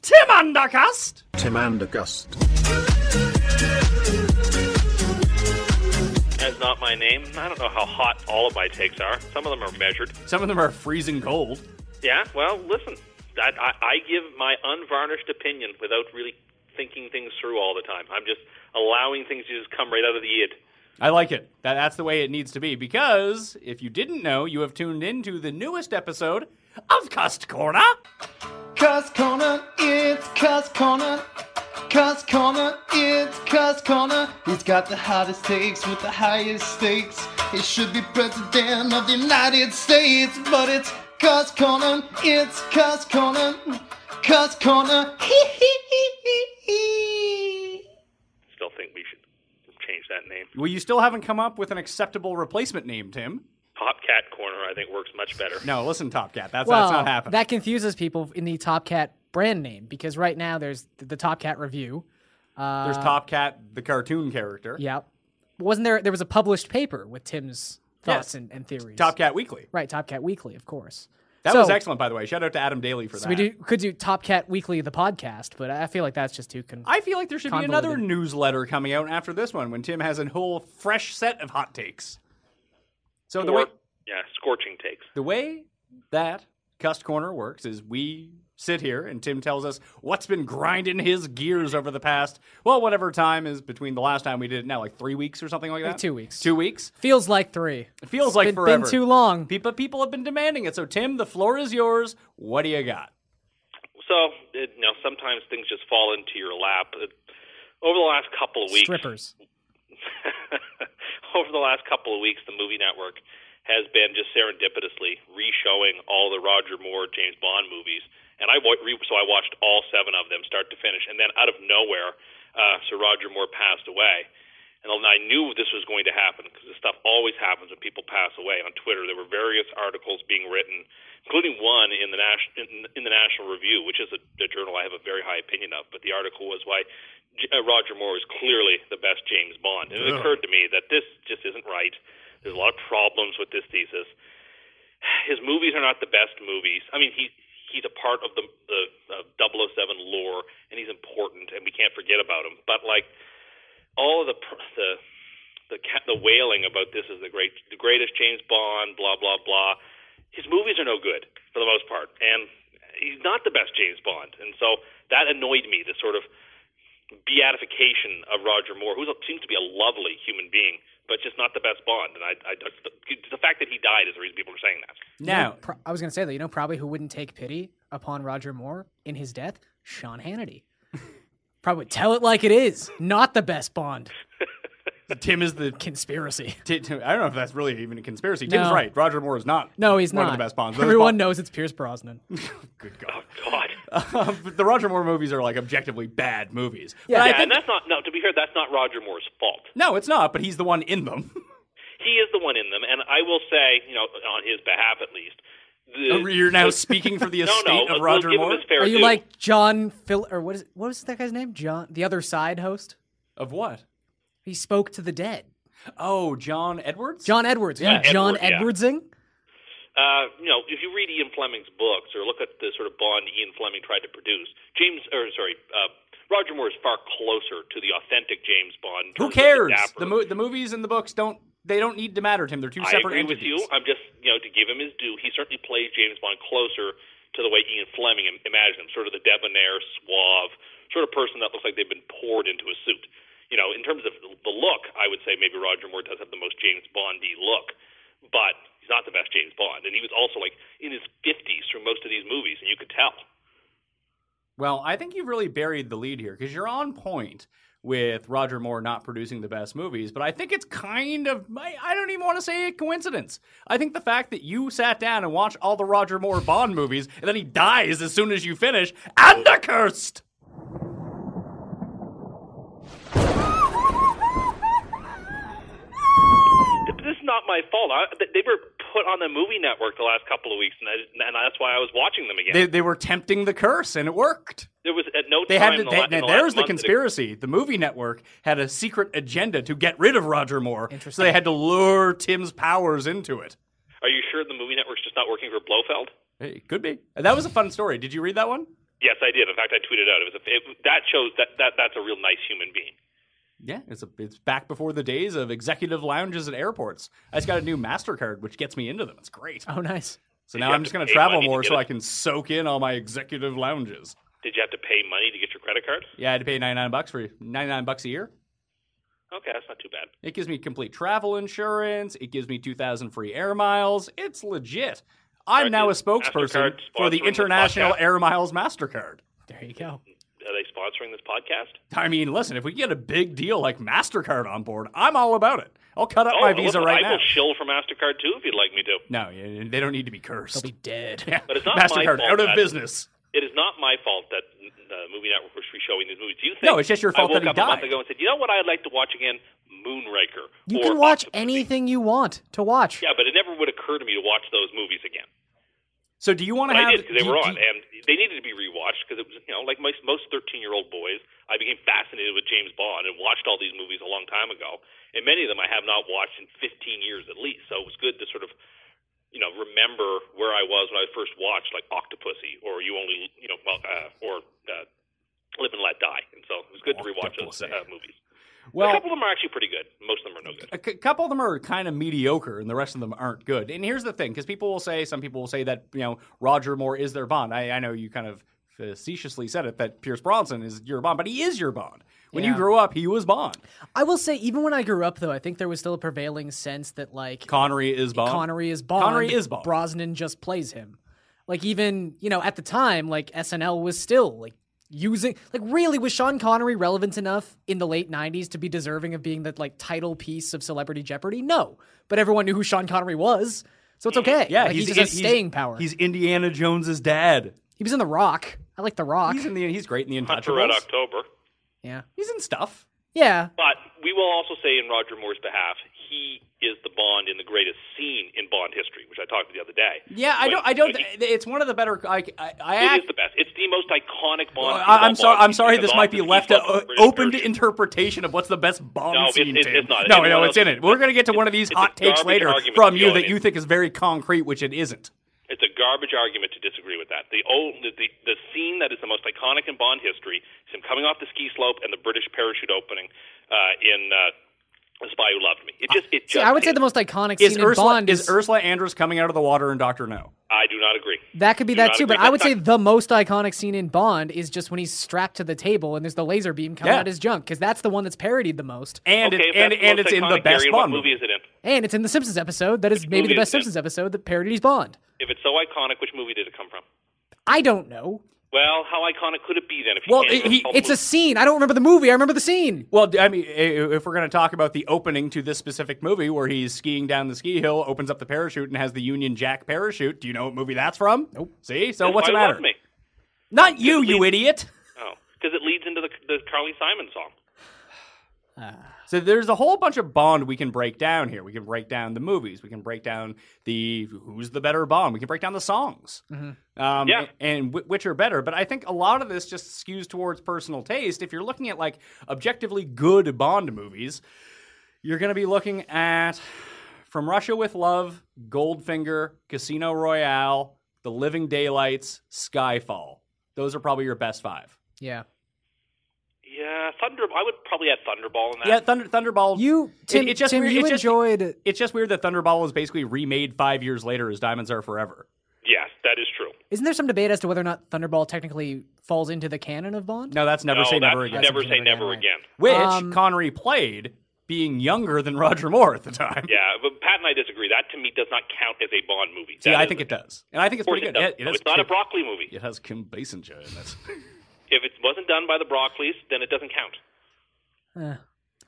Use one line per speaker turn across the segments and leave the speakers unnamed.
Tim Undercast.
Tim Andergust.
That's not my name. I don't know how hot all of my takes are. Some of them are measured.
Some of them are freezing cold.
Yeah, well, listen, I, I, I give my unvarnished opinion without really thinking things through all the time. I'm just allowing things to just come right out of the id.
I like it. That, that's the way it needs to be because if you didn't know, you have tuned into the newest episode of Cust Corner.
Cuss Corner, it's Cuss Corner. Cuss Corner, it's Cuss Corner. He's got the hottest takes with the highest stakes. He should be president of the United States, but it's Cuss Corner, it's Cuss Corner. Cuss Corner, hee hee hee hee hee.
Still think we should change that name.
Well, you still haven't come up with an acceptable replacement name, Tim.
Popcat Corner, I think, works much better.
No, listen, Top Cat. That's,
well,
that's not happening.
that confuses people in the Top Cat brand name because right now there's th- the Top Cat review. Uh,
There's Top Cat, the cartoon character.
Yeah. Wasn't there? There was a published paper with Tim's thoughts
Yes.
and, and theories.
Top Cat Weekly.
Right, Top Cat Weekly, of course.
That
So-
was excellent, by the way. Shout out to Adam Daly for
So
that.
we do, could do Top Cat Weekly, the podcast, but I feel like that's just too. Con-
I feel like there should be another
Convoluted.
newsletter coming out after this one when Tim has a whole fresh set of hot takes. So the way
Or- yeah, scorching takes.
the way that Cust Corner works is we sit here and Tim tells us what's been grinding his gears over the past well whatever time is between the last time we did it now like 3 weeks or something like that.
Like two weeks.
Two weeks.
feels like three.
It feels like
been, been
forever.
too long.
People people have been demanding it. So Tim, the floor is yours. What do you got?
So, it, you know, sometimes things just fall into your lap. It, over the last couple of weeks,
Strippers.
over the last couple of weeks, the movie network has been just serendipitously re-showing all the Roger Moore James Bond movies, and I wa- re- so I watched all seven of them start to finish, and then out of nowhere, uh, Sir Roger Moore passed away, and I knew this was going to happen because this stuff always happens when people pass away. On Twitter, there were various articles being written, including one in the national in, in the National Review, which is a, a journal I have a very high opinion of, but the article was why. J- uh, Roger Moore is clearly the best James Bond. And it occurred to me that this just isn't right. There's a lot of problems with this thesis. His movies are not the best movies. I mean, he he's a part of the the uh, 007 lore, and he's important, and we can't forget about him. But like all of the pr- the the ca- the wailing about this is the great the greatest James Bond, blah blah blah. His movies are no good for the most part, and he's not the best James Bond, and so that annoyed me. The sort of beatification of Roger Moore, who seems to be a lovely human being, but just not the best Bond. And I, I the, the fact that he died is the reason people are saying that.
Now,
Pro- I was going to say that, you know, probably who wouldn't take pity upon Roger Moore in his death? Sean Hannity. probably tell it like it is. Not the best Bond.
Tim is the
Conspiracy.
Ti- Tim, I don't know if that's really even a conspiracy. Tim's
No.
right. Roger Moore is not.
No, he's
one
not.
of the best Bonds. Those
Everyone
Bond-
knows it's Pierce Brosnan.
Good God.
God.
Um, the Roger Moore movies are like objectively bad movies. But I
yeah,
think-
and that's not no. To be fair, that's not Roger Moore's fault.
no, it's not. But he's the one in them.
He is the one in them, and I will say, you know, on his behalf at least. The,
Uh, You're now speaking for the
no,
estate
no.
of
we'll
Roger
give
Moore.
Him his fair
Are you
due.
like John Phil or what is what was that guy's name? John the other side host?
Of what?
He spoke to the dead.
Oh, John Edwards.
John Edwards. Are you
Yeah,
John
Edward,
Edwardsing?
Uh, you know, if you read Ian Fleming's books or look at the sort of Bond Ian Fleming tried to produce, James, or sorry, uh, Roger Moore is far closer to the authentic James Bond. in
Who
terms of
cares?
dapper-
The, mo- the movies and the books don't. They don't need to matter to him. They're two
I
separate
agree with
entities.
you. I'm just, you know, to give him his due, he certainly plays James Bond closer to the way Ian Fleming im- imagined him, sort of the debonair, suave, sort of person that looks like they've been poured into a suit. You know, in terms of the look, I would say maybe Roger Moore does have the most James Bondy look, but he's not the best James Bond, and he was also like in his 50s through most of these movies, and you could tell.
Well, I think you've really buried the lead here because you're on point with Roger Moore not producing the best movies, but I think it's kind of, I, I don't even want to say a coincidence. I think the fact that you sat down and watched all the Roger Moore Bond movies and then he dies as soon as you finish, and accursed!
Th- This is not my fault. I, th- they were put on the movie network the last couple of weeks, and, I, and that's why I was watching them again.
They, they were tempting the curse and it worked.
there was at no
They
time.
had to,
in the
they-
la- in the
there's the
last month that it-
conspiracy. The movie network had a secret agenda to get rid of Roger Moore, so
Interesting.
they had to lure Tim's powers into it.
Are you sure the movie network's just not working for Blofeld?
Hey, could be. That was a fun story. Did you read that one?
Yes, I did. In fact, I tweeted out. It was a, it, that shows that, that that's a real nice human being.
Yeah, it's a, it's back before the days of executive lounges at airports. I just got a new Mastercard, which gets me into them. It's great.
Oh, nice.
So
If
now
you
I'm
have
just
to
going to
pay
travel
money to
more
get
so
it.
I can soak in all my executive lounges.
Did you have to pay money to get your credit card?
Yeah, I had to pay 99 bucks for 99 bucks a year.
Okay, that's not too bad.
It gives me complete travel insurance. It gives me 2,000 free air miles. It's legit. I'm
Right,
now a
is
spokesperson
MasterCard
for the
sponsoring the
International
podcast?
Air Miles Mastercard.
There you go.
Are they sponsoring this podcast?
I mean, listen, if we get a big deal like Mastercard on board, I'm all about it. I'll cut up
oh,
my visa
listen,
right
I
now.
will shill for Mastercard too if you'd like me to.
No, yeah, they don't need to be
They'll
cursed.
be dead.
Yeah,
But it's not my
Mastercard
fault
out of
that-
business.
It is not my fault that the movie network was showing these movies. Do you think?
No, it's just your fault
I woke
that he
up a month
died.
ago and said, you know what I'd like to watch again? Moonraker.
You
or
can watch
Octopussy."
anything you want to watch.
Yeah, but it never would occur to me to watch those movies again.
So do you want
But
to have?
I did because they
do-
were
do-
on, and they needed to be rewatched because it was, you know, like most most thirteen-year-old boys, I became fascinated with James Bond and watched all these movies a long time ago, and many of them I have not watched in fifteen years at least. So it was good to sort of, you know, remember where I was when I first watched, like Octopussy, or you only, you know, well, uh, or uh, Live and Let Die, and so it was good to rewatch those
Octopussy.
uh, movies.
well,
a couple of them are actually pretty good. Most of them are no good.
a cou- couple of them are kind of mediocre, and the rest of them aren't good. And here's the thing: because people will say, some people will say that you know Roger Moore is their Bond. I, I know you kind of facetiously said it that Pierce Bronson is your Bond, but he is your Bond. When you
Yeah.
grew up, he was Bond.
I will say, even when I grew up, though, I think there was still a prevailing sense that like
Connery is Bond.
Connery is Bond.
Connery is Bond.
Brosnan just plays him. Like even you know at the time, like SNL was still like using like really was Sean Connery relevant enough in the late '90s to be deserving of being the like title piece of Celebrity Jeopardy? No, but everyone knew who Sean Connery was, so it's okay.
Yeah,
like, he
he's,
just has
he's-
staying power.
He's Indiana Jones's dad.
he was in The Rock. I like The Rock.
He's in the. He's great in the
Hunt for Red
Untouchables.
October.
yeah,
He's in stuff.
yeah.
But we will also say, in Roger Moore's behalf, he is the Bond in the greatest scene in Bond history, which I talked to the other day.
Yeah, I
When-
don't. I don't.
when he-
It's one of the better. I. I, I
It
act,
is the best. It's the most iconic
Well,
Bond.
I,
of all
I'm sorry.
Bonds.
I'm sorry.
Because
This might
often
be
he
left
fucks
to, uh,
with British
open to
versions.
interpretation of what's the best Bond
No, it's-
scene.
it's-
Tim.
it's not.
No,
Anyone
no,
else-
it's in it. We're gonna get to
it's-
one of these
it's a
hot takes
garbage
later
argument
from
to
you
go
that
in.
you think is very concrete, which it isn't.
It's a garbage argument to disagree with that. The old, the, the the scene that is the most iconic in Bond history is him coming off the ski slope and the British parachute opening uh, in uh, The Spy Who Loved Me. It just. It
See,
just
I would say
is.
the most iconic
Is
scene
Ursula
in Bond
is Ursula Andress coming out of the water in Doctor No?
I do not agree.
That could be
Do
that
not
too,
agree.
but I
That's
would say
not-
the most iconic scene in Bond is just when he's strapped to the table and there's the laser beam coming
Yeah.
out his junk because that's the one that's parodied the most,
And
okay,
it,
if
and
that's
and
most
it's in the
iconic,
best
Gary,
Bond
What movie
movie.
is it in?
and it's in the Simpsons episode that is maybe
movie
the
is
best
it?
Simpsons episode that parodies Bond.
If it's so iconic, which movie did it come from?
I don't know.
Well, how iconic could it be then? If you
Well,
can't
it- he-
recall the
It's a
movie?
scene. I don't remember the movie. I remember the scene.
Well, I mean, i- if we're going to talk about the opening to this specific movie where he's skiing down the ski hill, opens up the parachute, and has the Union Jack parachute, do you know what movie that's from? Nope. See? So
That's
what's
why
the
it
matter?
left Me.
Not you, you idiot.
Oh, because it leads into the the Carly Simon song.
So there's a whole bunch of Bond we can break down here. We can break down the movies. We can break down the who's the better Bond. We can break down the songs. Um,
Yeah.
And wh- which are better. But I think a lot of this just skews towards personal taste. If you're looking at like objectively good Bond movies, you're going to be looking at From Russia with Love, Goldfinger, Casino Royale, The Living Daylights, Skyfall. Those are probably your best five.
Yeah.
Yeah, Thunder. I would probably add Thunderball in that.
Yeah, Thunder, Thunderball.
You Tim,
it just
Tim,
weird-
you
it just-
enjoyed
It's just weird that Thunderball was basically remade five years later as Diamonds Are Forever.
Yes, that is true.
Isn't there some debate as to whether or not Thunderball technically falls into the canon of Bond?
No, that's Never
no,
Say
that's
Never Again.
Never
That's
say
Never
never
Again,
again.
Which
Um,
Connery played being younger than Roger Moore at the time.
Yeah, but Pat and I disagree. That to me does not count as a Bond movie.
See,
That
I
is-
think it does. And I think it's
Of course
pretty
it
good.
does.
It, it
No,
has
it's not a
Kim-
broccoli movie.
It has Kim Basinger in it.
If it wasn't done by the Broccoli's, then it doesn't count.
Eh.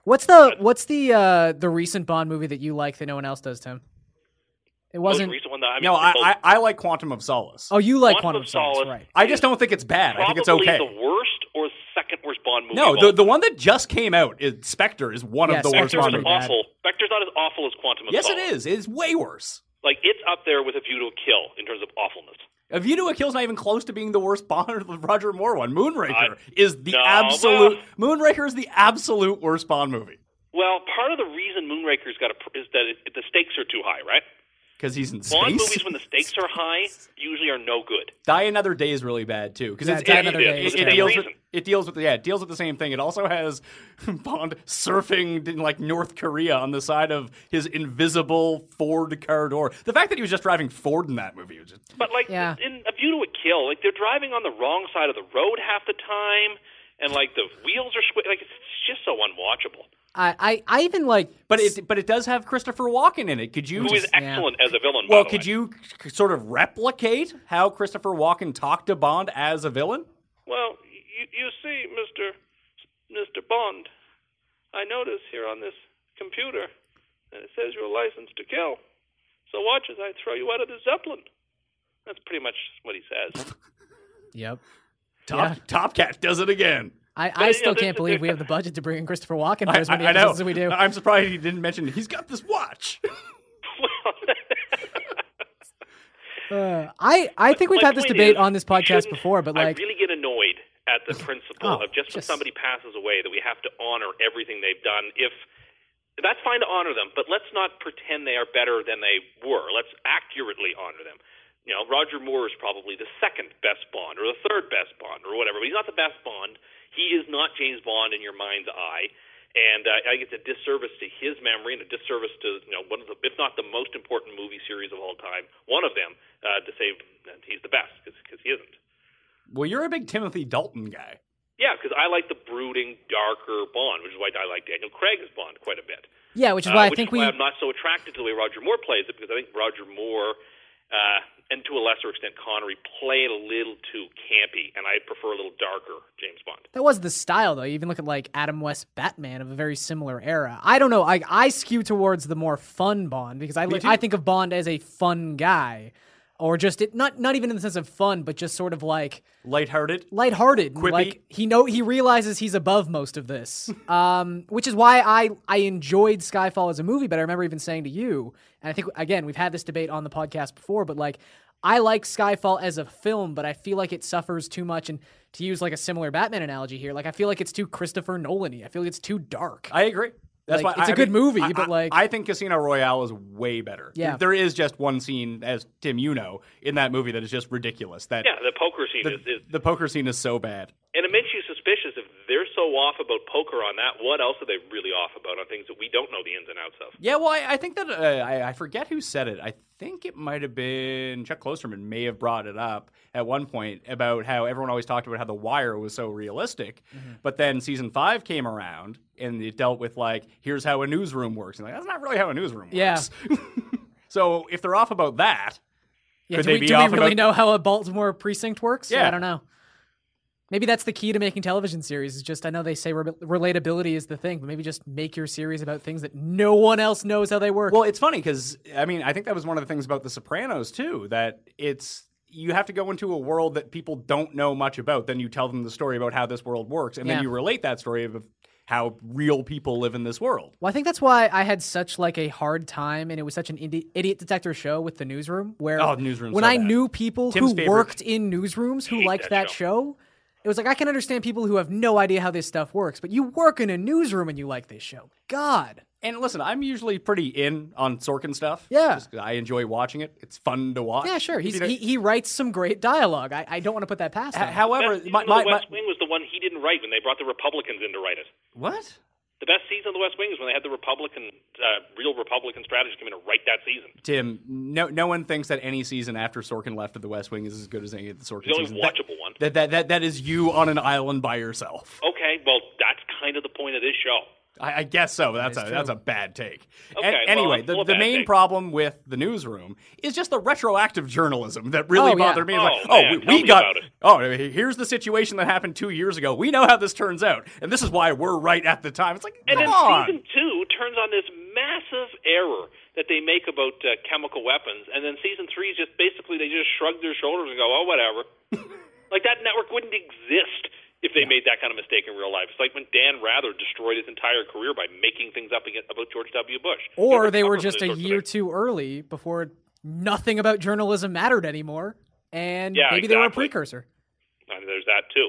What's the what's the uh the recent Bond movie that you like that no one else does, Tim? It
Most
wasn't.
recent one that I mean,
no, I,
both-
I, I like Quantum of Solace.
Oh, you like
Quantum
Quantum
of
Solace,
Solace.
right?
I just don't think it's bad. I think it's
probably
okay.
the worst or second worst Bond movie.
No,
of
the,
all
the one that just came out, is Spectre, is one
Yes,
of the worst
Spectre
Bond
Spectre's
is
not
movies.
bad.
awful. Spectre's not as awful as Quantum of
Yes, it is.
Solace.
It's way worse.
Like it's up there with A View to a Kill in terms of awfulness.
A View to a Kill's not even close to being the worst Bond or the Roger Moore one. Moonraker
I-
is the
No,
absolute. Moonraker is the absolute worst Bond movie
Well, part of the reason Moonraker's got a pr- is that it, the stakes are too high, right?
because he's in
Bond
space.
movies when the stakes are high usually are no good.
Die Another Day is really bad too because
Yeah,
it's
Die
it-
Another
it-
Day
it-
is
it
terrible.
deals with
Reason.
it deals with yeah it deals with the same thing. It also has Bond surfing in like North Korea on the side of his invisible Ford car door. The fact that he was just driving Ford in that movie was just
But like
Yeah.
in A View to a Kill, like they're driving on the wrong side of the road half the time, and like the wheels are squi- like it's just so unwatchable.
I, I I even like.
But it but it does have Christopher Walken in it. Could you
Who is
just,
yeah.
excellent as a villain? by
well
the
could
way.
you c- sort of replicate how Christopher Walken talked to Bond as a villain?
Well, you, you see, Mister Mister Bond, I notice here on this computer that it says you're licensed to kill. So watch as I throw you out of the zeppelin. That's pretty much what he says.
Yep.
Top Top Cat does it again.
I,
you
I
know,
still
there's-
can't believe we have the budget to bring in Christopher Walken for as many
I know.
episodes as we do.
I'm surprised he didn't mention he's got this watch.
Uh, I I think we've
My
had this
point
debate
is,
on this podcast
shouldn't-
before, but
I
like
really get annoyed at the principle
Oh,
of just when
just-
somebody passes away that we have to honor everything they've done. If that's fine to honor them, but let's not pretend they are better than they were. Let's accurately honor them. You know, Roger Moore is probably the second best Bond or the third best Bond or whatever, but he's not the best Bond. He is not James Bond in your mind's eye. And uh, I think it's a disservice to his memory and a disservice to you know one of the, if not the most important movie series of all time, one of them, uh, to say that he's the best because he isn't.
well, you're a big Timothy Dalton guy.
Yeah, because I like the brooding, darker Bond, which is why I like Daniel Craig's Bond quite a bit.
yeah, which is
Uh,
why I
which
think
is
we
why I'm not so attracted to the way Roger Moore plays it because I think Roger Moore uh, and to a lesser extent Connery play it a little too campy, and I prefer a little darker James Bond.
that was the style though. You even look at like Adam West Batman of a very similar era. I don't know. I I skew towards the more fun Bond because I li-
too.
I think of Bond as a fun guy, or just it, not not even in the sense of fun, but just sort of like
Lighthearted.
lighthearted.
Quippy.
Like he know he realizes he's above most of this. um, which is why I I enjoyed Skyfall as a movie, but I remember even saying to you, and I think again we've had this debate on the podcast before, but like I like Skyfall as a film, but I feel like it suffers too much. And to use like a similar Batman analogy here, like I feel like it's too Christopher Nolan-y. I feel like it's too dark.
I agree. That's
Like,
why
it's
a
a good movie, but, like-
I think Casino Royale is way better.
Yeah.
there is just one scene, as Tim, you know, in that movie that is just ridiculous. That
Yeah, the poker scene
the,
is, is,
the poker scene is so bad.
and it makes you suspicious if they're so off about poker on that. What else are they really off about on things that we don't know the ins and outs of?
Yeah, well, I, I think that uh, I, I forget who said it. I think it might have been Chuck Klosterman may have brought it up at one point about how everyone always talked about how The Wire was so realistic, but then season five came around and it dealt with like here's how a newsroom works, and like that's not really how a newsroom
Yeah.
works. so if they're off about that,
Yeah,
Could
do
they
we,
be
do
off
we really
about-
know how a Baltimore precinct works?
Yeah.
I don't know. Maybe that's the key to making television series. Is just I know they say re- relatability is the thing, but maybe just make your series about things that no one else knows how they work.
Well, it's funny because I mean, I think that was one of the things about The Sopranos too that it's you have to go into a world that people don't know much about. Then you tell them the story about how this world works, and
Yeah.
then you relate that story of how real people live in this world.
Well, I think that's why I had such like a hard time, and it was such an idi- idiot detector show with the newsroom. Where
Oh, the newsroom's
when
so
I
bad.
knew people
Tim's
who
favorite.
worked in newsrooms who liked that,
that
show. it was like I can understand people who have no idea how this stuff works, but you work in a newsroom and you like this show. God,
And listen, I'm usually pretty in on Sorkin stuff.
Yeah.
just 'cause I enjoy watching it. It's fun to watch.
yeah, sure. He's,
You know, uh,
he he writes some great dialogue. I, I don't want to put that past him.
however,
Best season
my,
of
my,
the
my
West Wing was the one he didn't write when they brought the Republicans in to write it.
what?
The best season of the West Wing is when they had the Republican, uh, real Republican strategist come in and write that season.
Tim, no, no one thinks that any season after Sorkin left of The West Wing is as good as any of the Sorkin
The only
seasons. That-
watchable one.
That, that, that, that is you on an island by yourself.
Okay, well, that's kind of the point of this show.
I, I guess so. That's
is
a that's a
true.
bad take.
Okay,
An-
well,
anyway,
full
the,
of
the
bad
main
takes.
problem with the newsroom is just the retroactive journalism that really
Oh, yeah.
bothered me. It's like,
Oh, man,
we,
tell
we
me
got
about it.
oh he- here's the situation that happened two years ago. We know how this turns out, and this is why we're right at the time. It's like come
And then
on.
season two turns on this massive error that they make about uh, chemical weapons, and then season three is just basically they just shrug their shoulders and go, "Oh, whatever." like that network wouldn't exist if they made that kind of mistake in real life. It's like when Dan Rather destroyed his entire career by making things up against, about George W. Bush,
Or
Nobody
they were
covers
just a
those sorts of
year
things.
too early before nothing about journalism mattered anymore, and
Yeah,
maybe they were a
exactly.
precursor.
I mean, there's that too.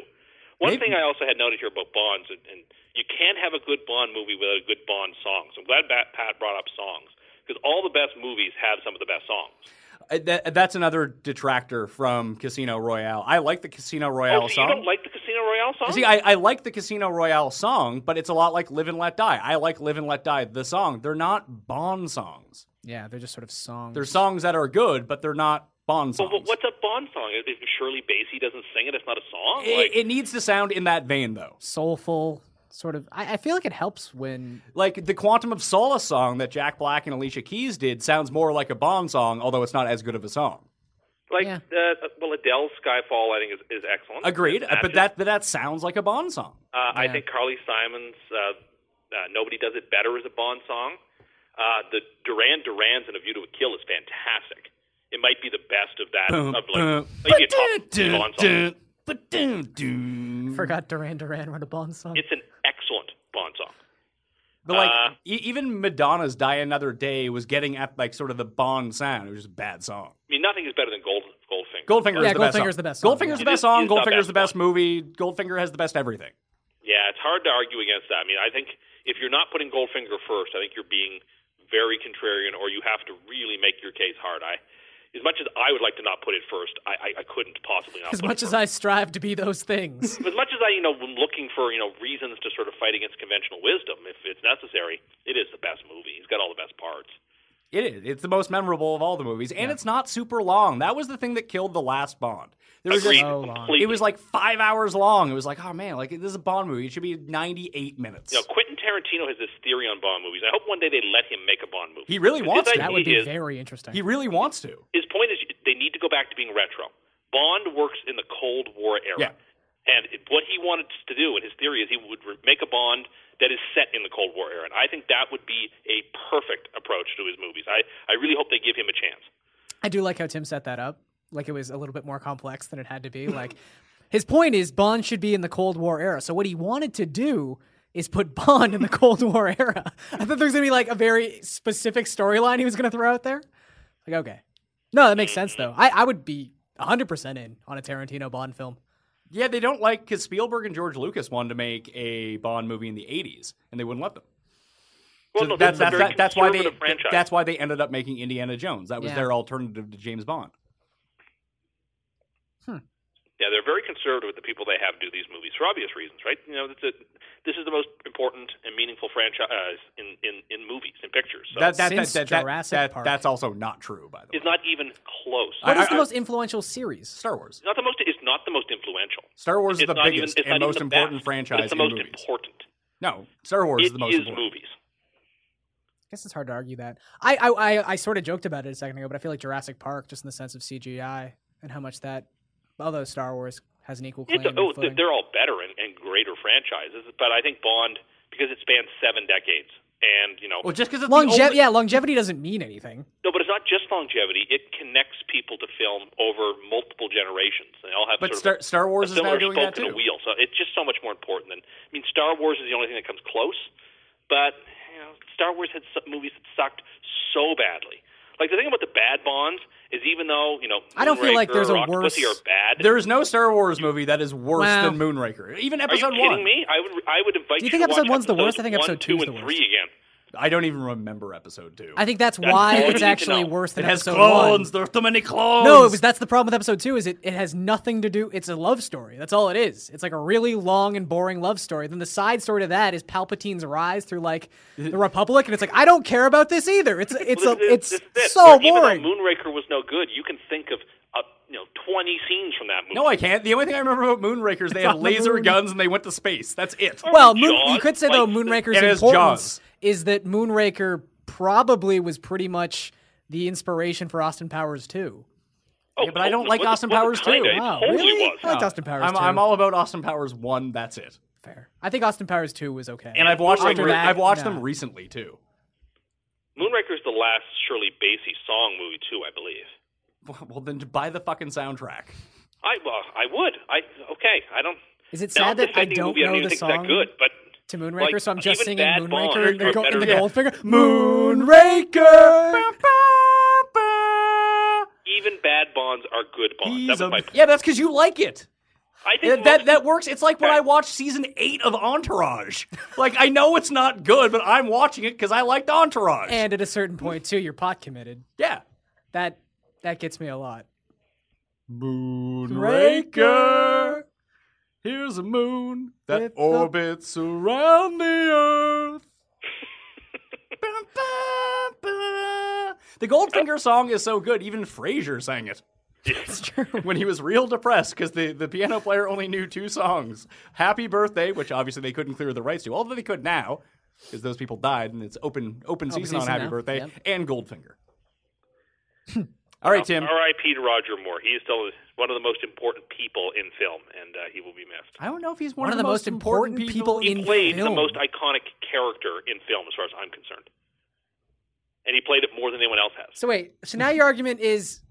One
Maybe-
thing I also had noted here about Bonds, and, and you can't have a good Bond movie without a good Bond song. So I'm glad Pat Pat brought up songs because all the best movies have some of the best songs.
Uh, that- that's another detractor from Casino Royale. I like the Casino Royale
oh, so
song.
you don't like the Casino Royale song?
See, I, I like the Casino Royale song, but it's a lot like Live and Let Die. I like Live and Let Die, the song. They're not Bond songs.
Yeah, they're just sort of songs.
They're songs that are good, but they're not Bond
Well,
songs.
but what's a Bond song? If if Shirley Bassey doesn't sing it, it's not a song.
it,
like,
it needs to sound in that vein, though.
soulful, sort of. I, I feel like it helps when
Like the Quantum of Solace song that Jack Black and Alicia Keys did sounds more like a Bond song, although it's not as good of a song.
like
yeah.
uh, well, Adele's Skyfall, I think, is, is excellent.
Agreed,
It
uh, but
matches.
that but that sounds like a Bond song.
Uh, I
Yeah.
think Carly Simon's uh, uh, "Nobody Does It Better" is a Bond song. Uh, the Duran Duran's "In a View to a Kill" is fantastic. It might be the best of that
Uh,
of like maybe a top Bond song.
But
forgot Duran Duran wrote a Bond song.
It's an excellent Bond song.
like
Uh,
e- even Madonna's "Die Another Day" was getting at like sort of the Bond sound. It was just a bad song.
I mean, nothing is better than Gold Goldfinger.
Goldfinger
Yeah,
is the best. song.
Goldfinger's the best song,
Goldfinger's
yeah.
the best song. Goldfinger's the best
It's- it's the best
movie. Goldfinger has the best everything.
Yeah, it's hard to argue against that. I mean, I think if you're not putting Goldfinger first, I think you're being very contrarian, or you have to really make your case hard. I, as much as I would like to not put it first, I, I, I couldn't possibly not.
as
put
much
it
as
first.
I strive to be those things.
as much as I, you know, am looking for you know reasons to sort of fight against conventional wisdom, if it's necessary, it is the best movie. He's got all the best parts.
It is. It's the most memorable of all the movies, and it's not super long. That was the thing that killed the last Bond. There was just,
Agreed
so long.
completely.
it was like five hours long. It was like, oh man, like this is a Bond movie. It should be ninety-eight minutes.
you know, Quentin Tarantino has this theory on Bond movies. I hope one day they let him make a Bond movie.
He really
His
wants to.
idea
That would be
is-
very interesting.
he really wants to.
his point is they need to go back to being retro. Bond works in the Cold War era.
Yeah.
And it- what he wanted to do, and his theory is he would re- make a Bond that is set in the Cold War era. And I think that would be a perfect approach to his movies. I, I really hope they give him a chance.
I do like how Tim set that up. Like it was a little bit more complex than it had to be. Like his point is Bond should be in the Cold War era. So what he wanted to do is put Bond in the Cold War era. I thought there was gonna be like a very specific storyline he was gonna throw out there. Like okay, no, that makes sense though. I, I would be 100 percent in on a Tarantino Bond film.
Yeah, they don't like because Spielberg and George Lucas wanted to make a Bond movie in the '80s, and they wouldn't let them.
Well,
So
no,
that's
this is
that's,
a very
that- that's why they
conservative franchise.
that's why they ended up making Indiana Jones. That was
Yeah.
their alternative to James Bond.
Yeah, they're very conservative with the people they have do these movies for obvious reasons, right? You know, it's a, this is the most important and meaningful franchise in, in, in movies and pictures. So
That, that,
Since
that, that,
Jurassic
that-
Park.
That's also not true, by the
it's
way.
not even close.
I-
What is
I-
the
I-
most influential series?
Star Wars.
It's not the most. It's not the most influential.
Star Wars is
It's
the
not
biggest
even, it's
and
not
most
even the
important
best,
franchise
but It's the
in
most
movies.
important.
No, Star Wars is
It
the most
is
important.
movies.
I guess it's hard to argue that. I I, I, I sort of joked about it a second ago, but I feel like Jurassic Park, just in the sense of CGI and how much that, although Star Wars has an equal claim.
It's a,
and
oh,
footing.
they're all better and, and greater franchises, but I think Bond because it spans seven decades, and you know,
Well, just because it's
Longe-
the only-
yeah, longevity doesn't mean anything.
no, but it's not just longevity. It connects people to film over multiple generations. They all have
But
sort
Star,
of
Star Wars is now
similar
doing that
spoke to
too.
the wheel. So it's just so much more important than. I mean, Star Wars is the only thing that comes close, but you know, Star Wars had some movies that sucked so badly. Like the thing about the bad Bonds is, even though you know,
I don't feel like
Moonraker
there's a
or Octopussy
worse-
are bad.
There is no Star Wars movie that is worse
Wow.
than Moonraker. Even
are you
episode one.
kidding me? I would I would invite
Do
you
you think
to watch
episode one's the
episodes
worst? I think
one,
episode
two,
two's
and
the
three again.
I don't even remember episode two.
I think that's
That's all
why
you need
it's
to
actually
know.
worse than
it has
episode
clones.
one.
There's too many clones.
No, it was that's the problem with episode two is it, it has nothing to do. It's a love story. That's all it is. It's like a really long and boring love story. Then the side story to that is Palpatine's rise through like the Republic, and it's like I don't care about this either. It's it's
Well,
a
this is-
it's
this is it,
so
where
boring.
Even though Moonraker was no good. You can think of uh, you know recall any scenes from that movie.
No, I can't. The only thing I remember about Moonraker is they had
on the
laser
moon. Oh,
guns and they went to space. That's it.
Well, Moon, you
Jaws,
could say though
like,
Moonraker's
it is
importance
Jaws.
is that Moonraker probably was pretty much the inspiration for Austin Powers too.
oh,
Yeah, but I don't
totally,
like
wasn't-
Austin
wasn't
Powers
kinda,
too.
it
Wow,
totally
really?
was.
I liked Austin Powers
I'm,
too.
I'm all about Austin Powers one. That's it.
fair. I think Austin Powers two was okay.
And I've watched them.
After
re-
that,
I've watched
no.
them recently too.
Moonraker's the last Shirley Bassey song movie too, I believe.
Well, then buy the fucking soundtrack.
I well, I would. I okay. I don't.
Is it
now I'm
sad that I
defending
don't
movie, I
know
don't even
the
think it's
song
that good, but
to Moonraker?
like,
so I'm just
even
singing
Bad
Moonraker
Bond
and the,
are
go- and the
better than-
Goldfinger. Moonraker.
even bad bonds are good bonds. Oh, That
He's
was
a-
my,
yeah, that's because you like it.
I
That,
think
that
most-
that works. It's like when
Okay.
I watched season eight of Entourage. Like I know it's not good, but I'm watching it because I liked Entourage.
And at a certain point too, you're pot committed.
yeah,
That that gets me a lot.
Moonraker. Here's a moon that
With the-
orbits around the earth. Bum, bum, bum. The Goldfinger song is so good, even Frasier sang it.
It's true.
when he was real depressed because the, the piano player only knew two songs Happy Birthday, which obviously they couldn't clear the rights to, although they could now because those people died and it's open open season, on
season
Happy
now,
Birthday,
yep.
and Goldfinger. All right, Tim.
R.I.P. to Roger Moore. He is still one of the most important people in film, and uh, he will be missed.
I don't know if he's one,
One of the most important people
He
in
played
film.
the most iconic character in film, as far as I'm concerned, and he played it more than anyone else has.
So wait, so now your argument is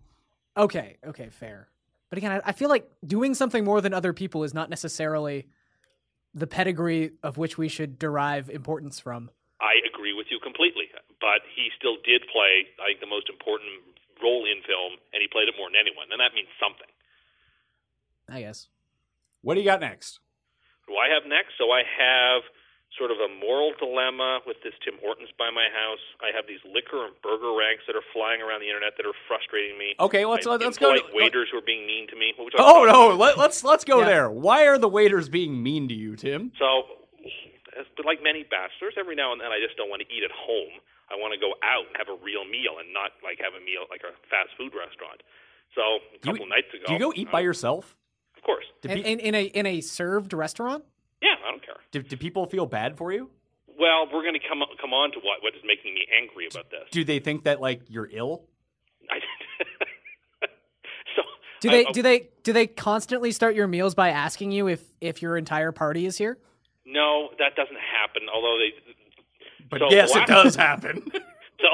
okay, okay, fair. But again, I, I feel like doing something more than other people is not necessarily the pedigree of which we should derive importance from.
I agree with you completely, but he still did play I think the most important role in film, and he played it more than anyone, and that means something.
I guess.
What do you got next?
Who I have next? So I have sort of a moral dilemma with this Tim Hortons by my house. I have these liquor and burger ranks that are flying around the internet that are frustrating me.
Okay, let's
I
let's go.
employ waiters who are being mean to me. What were we
Oh no,
talking about?
let, let's let's go
Yeah.
there. Why are the waiters being mean to you, Tim?
So, as- but like many bachelors, every now and then I just don't want to eat at home. I want to go out and have a real meal and not like have a meal at, like a fast food restaurant. So a
Do you-
couple nights ago, uh,
Do you go eat by yourself?
Of course.
Do,
In,
pe-
in, in a in a served restaurant?
Yeah, I don't care.
do, do people feel bad for you?
Well, we're going to come come on to what what is making me angry about this.
Do they think that like you're ill?
I, so
Do
I-
they
I-
do they do they constantly start your meals by asking you if if your entire party is here?
No, that doesn't happen. Although they.
But
so
yes, it
last-
does happen.
So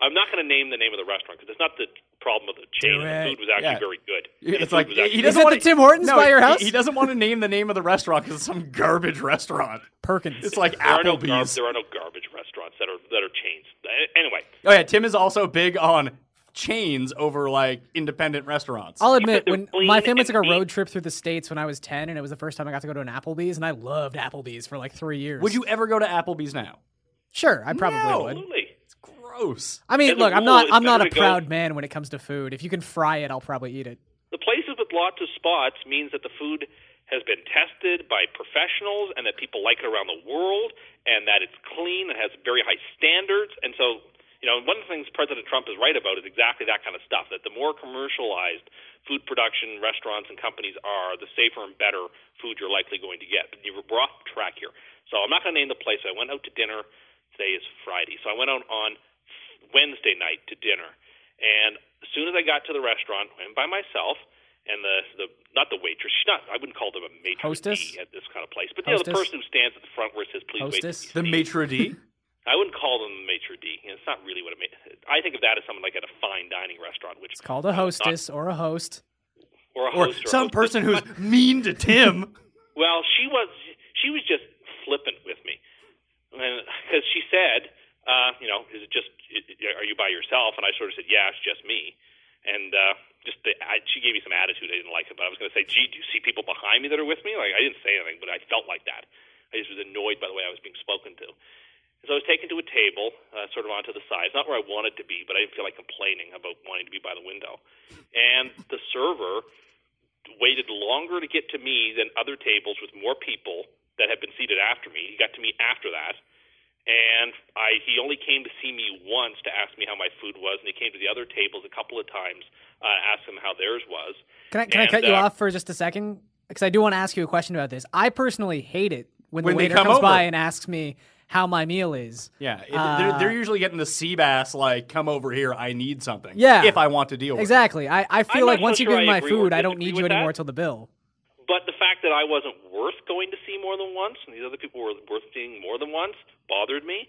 I'm not going to name the name of the restaurant because it's not the problem of the chain.
it.
The food was actually
Yeah.
very good. And the
It's
food
like
was
he- he
actually-
Is
doesn't
it
want
the Tim Hortons by your house?
He, doesn't want to name the name of the restaurant because it's some garbage restaurant.
Perkins.
It's like
There are, no gar-
Applebee's.
there are no garbage restaurants that are that are chains. A- Anyway,
Oh yeah, Tim is also big on chains over like independent restaurants.
I'll
Because
admit,
they're
when my
clean
family
and
took a road
neat.
trip through the states when I was ten, and it was the first time I got to go to an Applebee's, and I loved Applebee's for like three years.
Would you ever go to Applebee's now?
Sure, I probably
No.
would.
absolutely.
It's gross.
I
As a
mean, look, I'm
rule,
not
it's
I'm not
better to
a
go-
proud man when it comes to food. If you can fry it, I'll probably eat it.
The places with lots of spots means that the food has been tested by professionals and that people like it around the world and that it's clean and has very high standards. And so, you know, one of the things President Trump is right about is exactly that kind of stuff that the more commercialized food production restaurants and companies are, the safer and better food you're likely going to get. But you were off track here. So I'm not going to name the place. I went out to dinner. Today is Friday. So I went out on Wednesday night to dinner. And as soon as I got to the restaurant, I'm by myself, and the the not the waitress, she's not. I wouldn't call them a matron
Hostess?
at this kind of place, but you know, the person
Hostess?
who stands at the front where it says please
Hostess?
wait.
The maitre d.
I wouldn't call them a maitre d. You know, it's not really what it means. I think of that as someone like at a fine dining restaurant, which
It's called a hostess or a host.
or a
or
host or a
some
hostess.
person who's mean to Tim.
Well, she was she was just flippant with me, because she said, uh, you know, is it just i- i- are you by yourself? And I sort of said, yeah, it's just me, and uh, just the, I, she gave me some attitude I didn't like. But I was going to say, gee, do you see people behind me that are with me? Like I didn't say anything, but I felt like that. I just was annoyed by the way I was being spoken to. So I was taken to a table, uh, sort of onto the side. It's not where I wanted to be, but I didn't feel like complaining about wanting to be by the window. And the server waited longer to get to me than other tables with more people that had been seated after me. He got to me after that, And I, he only came to see me once to ask me how my food was, and he came to the other tables a couple of times, uh, asked them how theirs was.
Can I can
And,
I cut you
uh,
off for just a second? Because I do want to ask you a question about this. I personally hate it when,
When they
the waiter
come
comes
over.
by and asks me how my meal is.
Yeah, it-
Uh,
they're, they're usually getting the sea bass like, "Come over here, I need something."
Yeah.
if I want to deal with. it.
Exactly. I, I feel
I'm
like
not so
once you
sure
give me
I
my
agree or
food, I don't
disagree
need you
with that.
anymore till the bill.
But the fact that I wasn't worth going to see more than once, and these other people were worth seeing more than once, bothered me.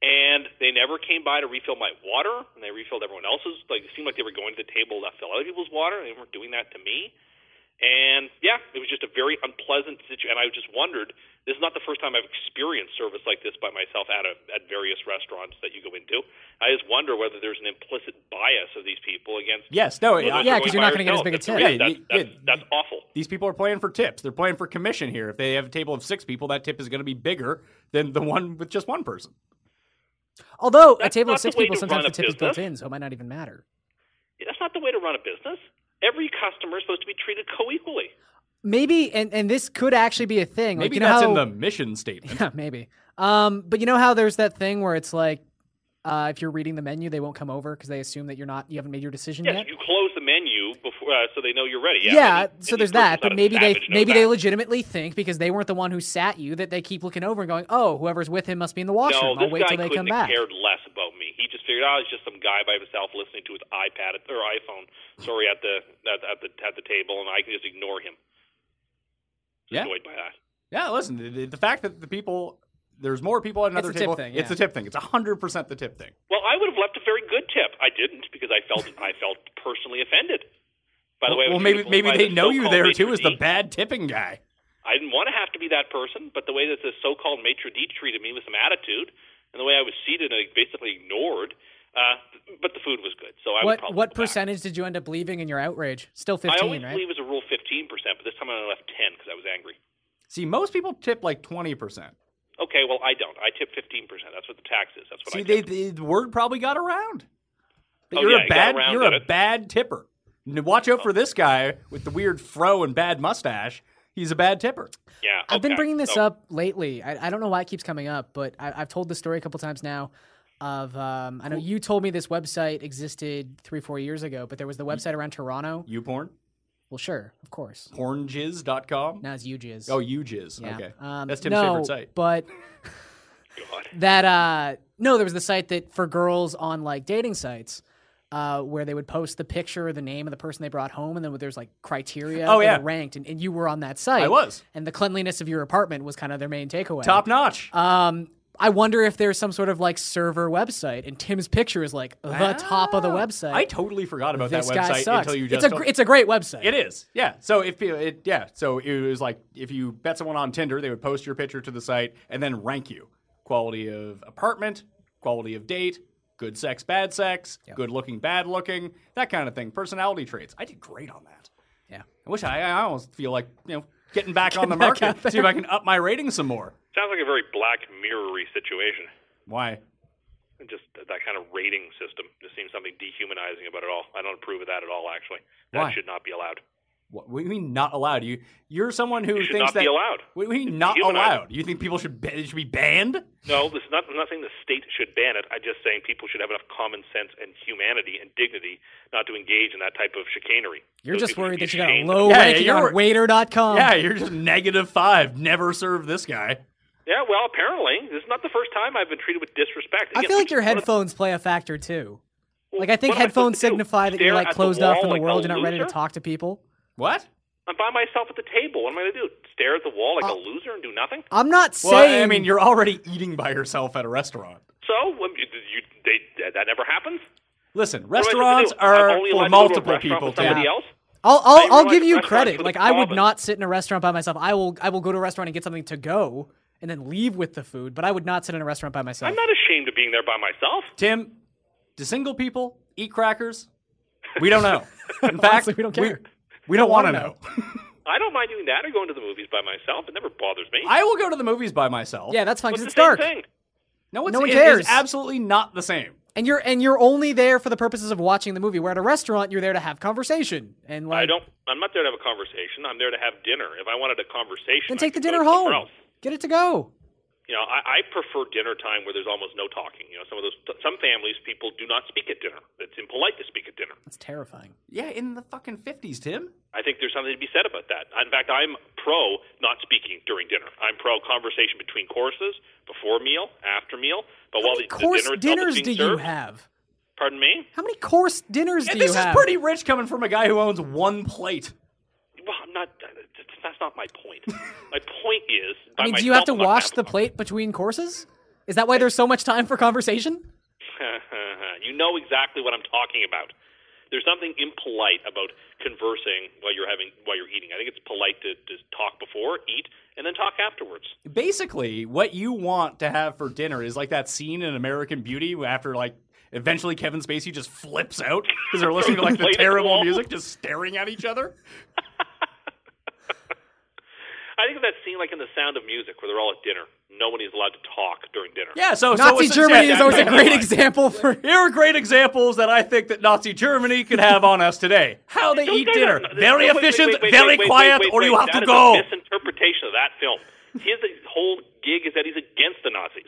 And they never came by to refill my water, and they refilled everyone else's. Like it seemed like they were going to the table to fill other people's water, and they weren't doing that to me. And yeah, it was just a very unpleasant situation. And I just wondered, this is not the first time I've experienced service like this by myself at a, at various restaurants that you go into. I just wonder whether there's an implicit bias of these people against.
Yes. No.
whether
I-
Yeah,
they're going
'cause you're not
by
gonna get as
ourselves.
big a tip.
That's-
Yeah,
that's-
you-
that's-
yeah.
that's awful.
These people are playing for tips. They're playing for commission here. If they have a table of six people, that tip is going to be bigger than the one with just one person.
Although a
That's
table of
not the
six
way
people,
to
sometimes
run
the
a
tip is built
business.
in, so it might not even matter.
that's not the way to run a business. Every customer is supposed to be treated co-equally.
Maybe, and, and this could actually be a thing. like,
Maybe
you know
that's
how,
in the mission statement.
Yeah, maybe. Um, but you know how there's that thing where it's like, uh, if you're reading the menu, they won't come over because they assume that you're not, you haven't made your decision
Yes,
yet.
you close the menu before, uh, so they know you're ready. Yeah,
yeah,
and-
so
and
there's
this person's
that,
not
but
a
maybe they
savage, knows
maybe they
that.
legitimately think because they weren't the one who sat you that they keep looking over and going, "Oh, whoever's with him must be in the
No,
washroom. I'll
this
wait
guy
till they
couldn't
come
have
back."
cared less about me. He just figured, oh, it's just some guy by himself listening to his iPad at, or iPhone. Sorry, at the at, at the at the table, and I can just ignore him. Just
Yeah.
Annoyed by that.
Yeah, listen, the- the, the fact that the people there's more people at another
It's a tip
table.
thing,
It's the
yeah.
tip thing. It's hundred percent the tip thing.
Well, I would have left a very good tip. I didn't because I felt I felt personally offended. By the way, I
well,
was
maybe
ridiculed
maybe
by
they
the
know you
so-called
there too
maitre
as the
d'.
bad tipping guy.
I didn't want to have to be that person, but the way that the so-called maitre d' treated me with some attitude, and the way I was seated and basically ignored, uh, but the food was good, so I would
What
probably
what
go back.
percentage did you end up leaving in your outrage? Still
I always
fifteen, right?
believe it was a rule fifteen percent, but this time I only left ten because I was angry.
See, most people tip like twenty percent.
Okay, well I don't. I tip fifteen percent. That's what the tax is. That's what
See,
I
they,
tip.
they, the word probably got around. That
Oh,
you're a
yeah, it got
bad
around,
you're
did
a
it?
bad tipper. N- Watch out for this guy with the weird fro and bad mustache. He's a bad tipper.
yeah,
I've been
okay.
bringing this
So-
up lately. I, I don't know why it keeps coming up, but I, I've told the story a couple times now. Of um, I know you told me this website existed three four years ago, but there was the
Mm-hmm.
website around Toronto.
You porn?
Well, sure, of course.
Pornjizz.com?
Now it's UJIS.
Oh, you jizz.
Yeah.
Okay.
Um,
That's Tim's
no,
favorite site.
But
God.
that uh no, there was the site that for girls on like dating sites. Uh, where they would post the picture or the name of the person they brought home, and then there's like criteria.
Oh,
that
yeah.
are ranked, and, and you were on that site.
I was.
and the cleanliness of your apartment was kind of their main takeaway.
Top notch.
Um, I wonder if there's some sort of like server website, and Tim's picture is like the top of the
Ah.
website.
I totally forgot about
this
that
guy
website
sucks.
until you
it's
just
a
told-
gr- it's a great website.
It is, yeah. So if you- it, yeah, so it was like if you bet someone on Tinder, they would post your picture to the site and then rank you: quality of apartment, quality of date, good sex, bad sex, good looking, bad looking, that kind of thing. Personality traits. I did great on that.
Yeah.
I wish I, I almost feel like you know getting back on the
back out
market, see if I can up my rating some more.
Sounds like a very black mirrory situation.
Why?
Just that kind of rating system. Just seems something dehumanizing about it all. I don't approve of that at all. Actually,
Why?
that should not be allowed.
What, what do you mean not allowed? You you're someone who
You should
thinks
not
that
be allowed.
What do you mean not
Humanized.
allowed? You think people should be, should be banned?
No, this is not I'm not saying the state should ban it. I'm just saying people should have enough common sense and humanity and dignity not to engage in that type of chicanery.
You're
Those
just
people should
worried
be
that you got a
shamed.
low
Yeah, yeah,
ranking
you're-
on waiter.com.
Yeah, you're just negative five. Never serve this guy.
Yeah, well, apparently this is not the first time I've been treated with disrespect.
I
Again,
feel like
which-
your
what-
headphones play a factor too.
well,
Like I
what
think
am
headphones
supposed to do?
signify that you're
Stare at
like
the
closed
wall
off from the
like
world.
a
You're not ready to
loser?
talk to people.
What?
I'm by myself at the table. What am I going to do? Stare at the wall like a
Oh.
loser and do nothing?
I'm not
Well,
saying.
I mean, you're already eating by yourself at a restaurant.
So when you, you, they, that that never happens.
Listen,
What am I supposed to
restaurants
do? I'm
are
only
for
allowed to go to a
multiple
restaurant
people.
with Somebody
Tim.
else?
I'll
I
I'll, I'll
realize
give you
restaurants
credit.
for the
Like I would
province.
not sit in a restaurant by myself. I will I will go to a restaurant and get something to go and then leave with the food. But I would not sit in a restaurant by myself.
I'm not ashamed of being there by myself.
Tim, do single people eat crackers? We don't know. In fact,
Honestly, we don't care.
we don't want to
wanna
know.
I don't mind doing that or going to the movies by myself. It never bothers me.
I will go to the movies by myself.
yeah, that's fine
It's
because
the
it's
same
dark.
thing.
no, it's,
no one
it is
cares.
absolutely not the same.
And you're and you're only there for the purposes of watching the movie. Where at a restaurant, you're there to have conversation and like
I don't. I'm not there to have a conversation. I'm there to have dinner. If I wanted a conversation,
then
I
take the
could go
dinner
somewhere
home.
Else.
Get it to go.
You know, I, I prefer dinner time where there's almost no talking. You know, some of those some families people do not speak at dinner. It's impolite to speak at dinner.
That's terrifying.
Yeah, in the fucking 50s, Tim.
I think there's something to be said about that. In fact, I'm pro not speaking during dinner. I'm pro conversation between courses, before meal, after meal. But
How
while
many
the,
course
the dinner itself
dinners
is
do
being
you
served,
have?
pardon me.
How many course dinners
Yeah,
do
this is
you have?
pretty rich coming from a guy who owns one plate.
Well, I'm not. That's, that's not my point. my point is.
I
by
mean, do you have
myself,
to
I'm not gonna
wash
have
the
one.
plate between courses? Is that why there's so much time for conversation?
you know exactly what I'm talking about. There's something impolite about conversing while you're having while you're eating. I think it's polite to, to talk before, eat, and then talk afterwards.
Basically, what you want to have for dinner is like that scene in American Beauty where after like eventually Kevin Spacey just flips out because they're listening to like the
Plate at the
terrible
wall.
music, just staring at each other.
I think of that scene like in The Sound of Music where they're all at dinner. Nobody's allowed to talk during dinner.
Yeah, so
Nazi
so,
Germany
yeah,
is always a
yeah,
great
yeah.
example for.
Here are great examples that I think that Nazi Germany could have on us today. How they
Those
eat
guys
dinner.
are-
very
wait, wait,
efficient,
wait, wait,
very
wait, wait,
quiet,
wait,
or you
wait.
have
That
to
is
go.
A misinterpretation of that film. His whole gig is that he's against the Nazis.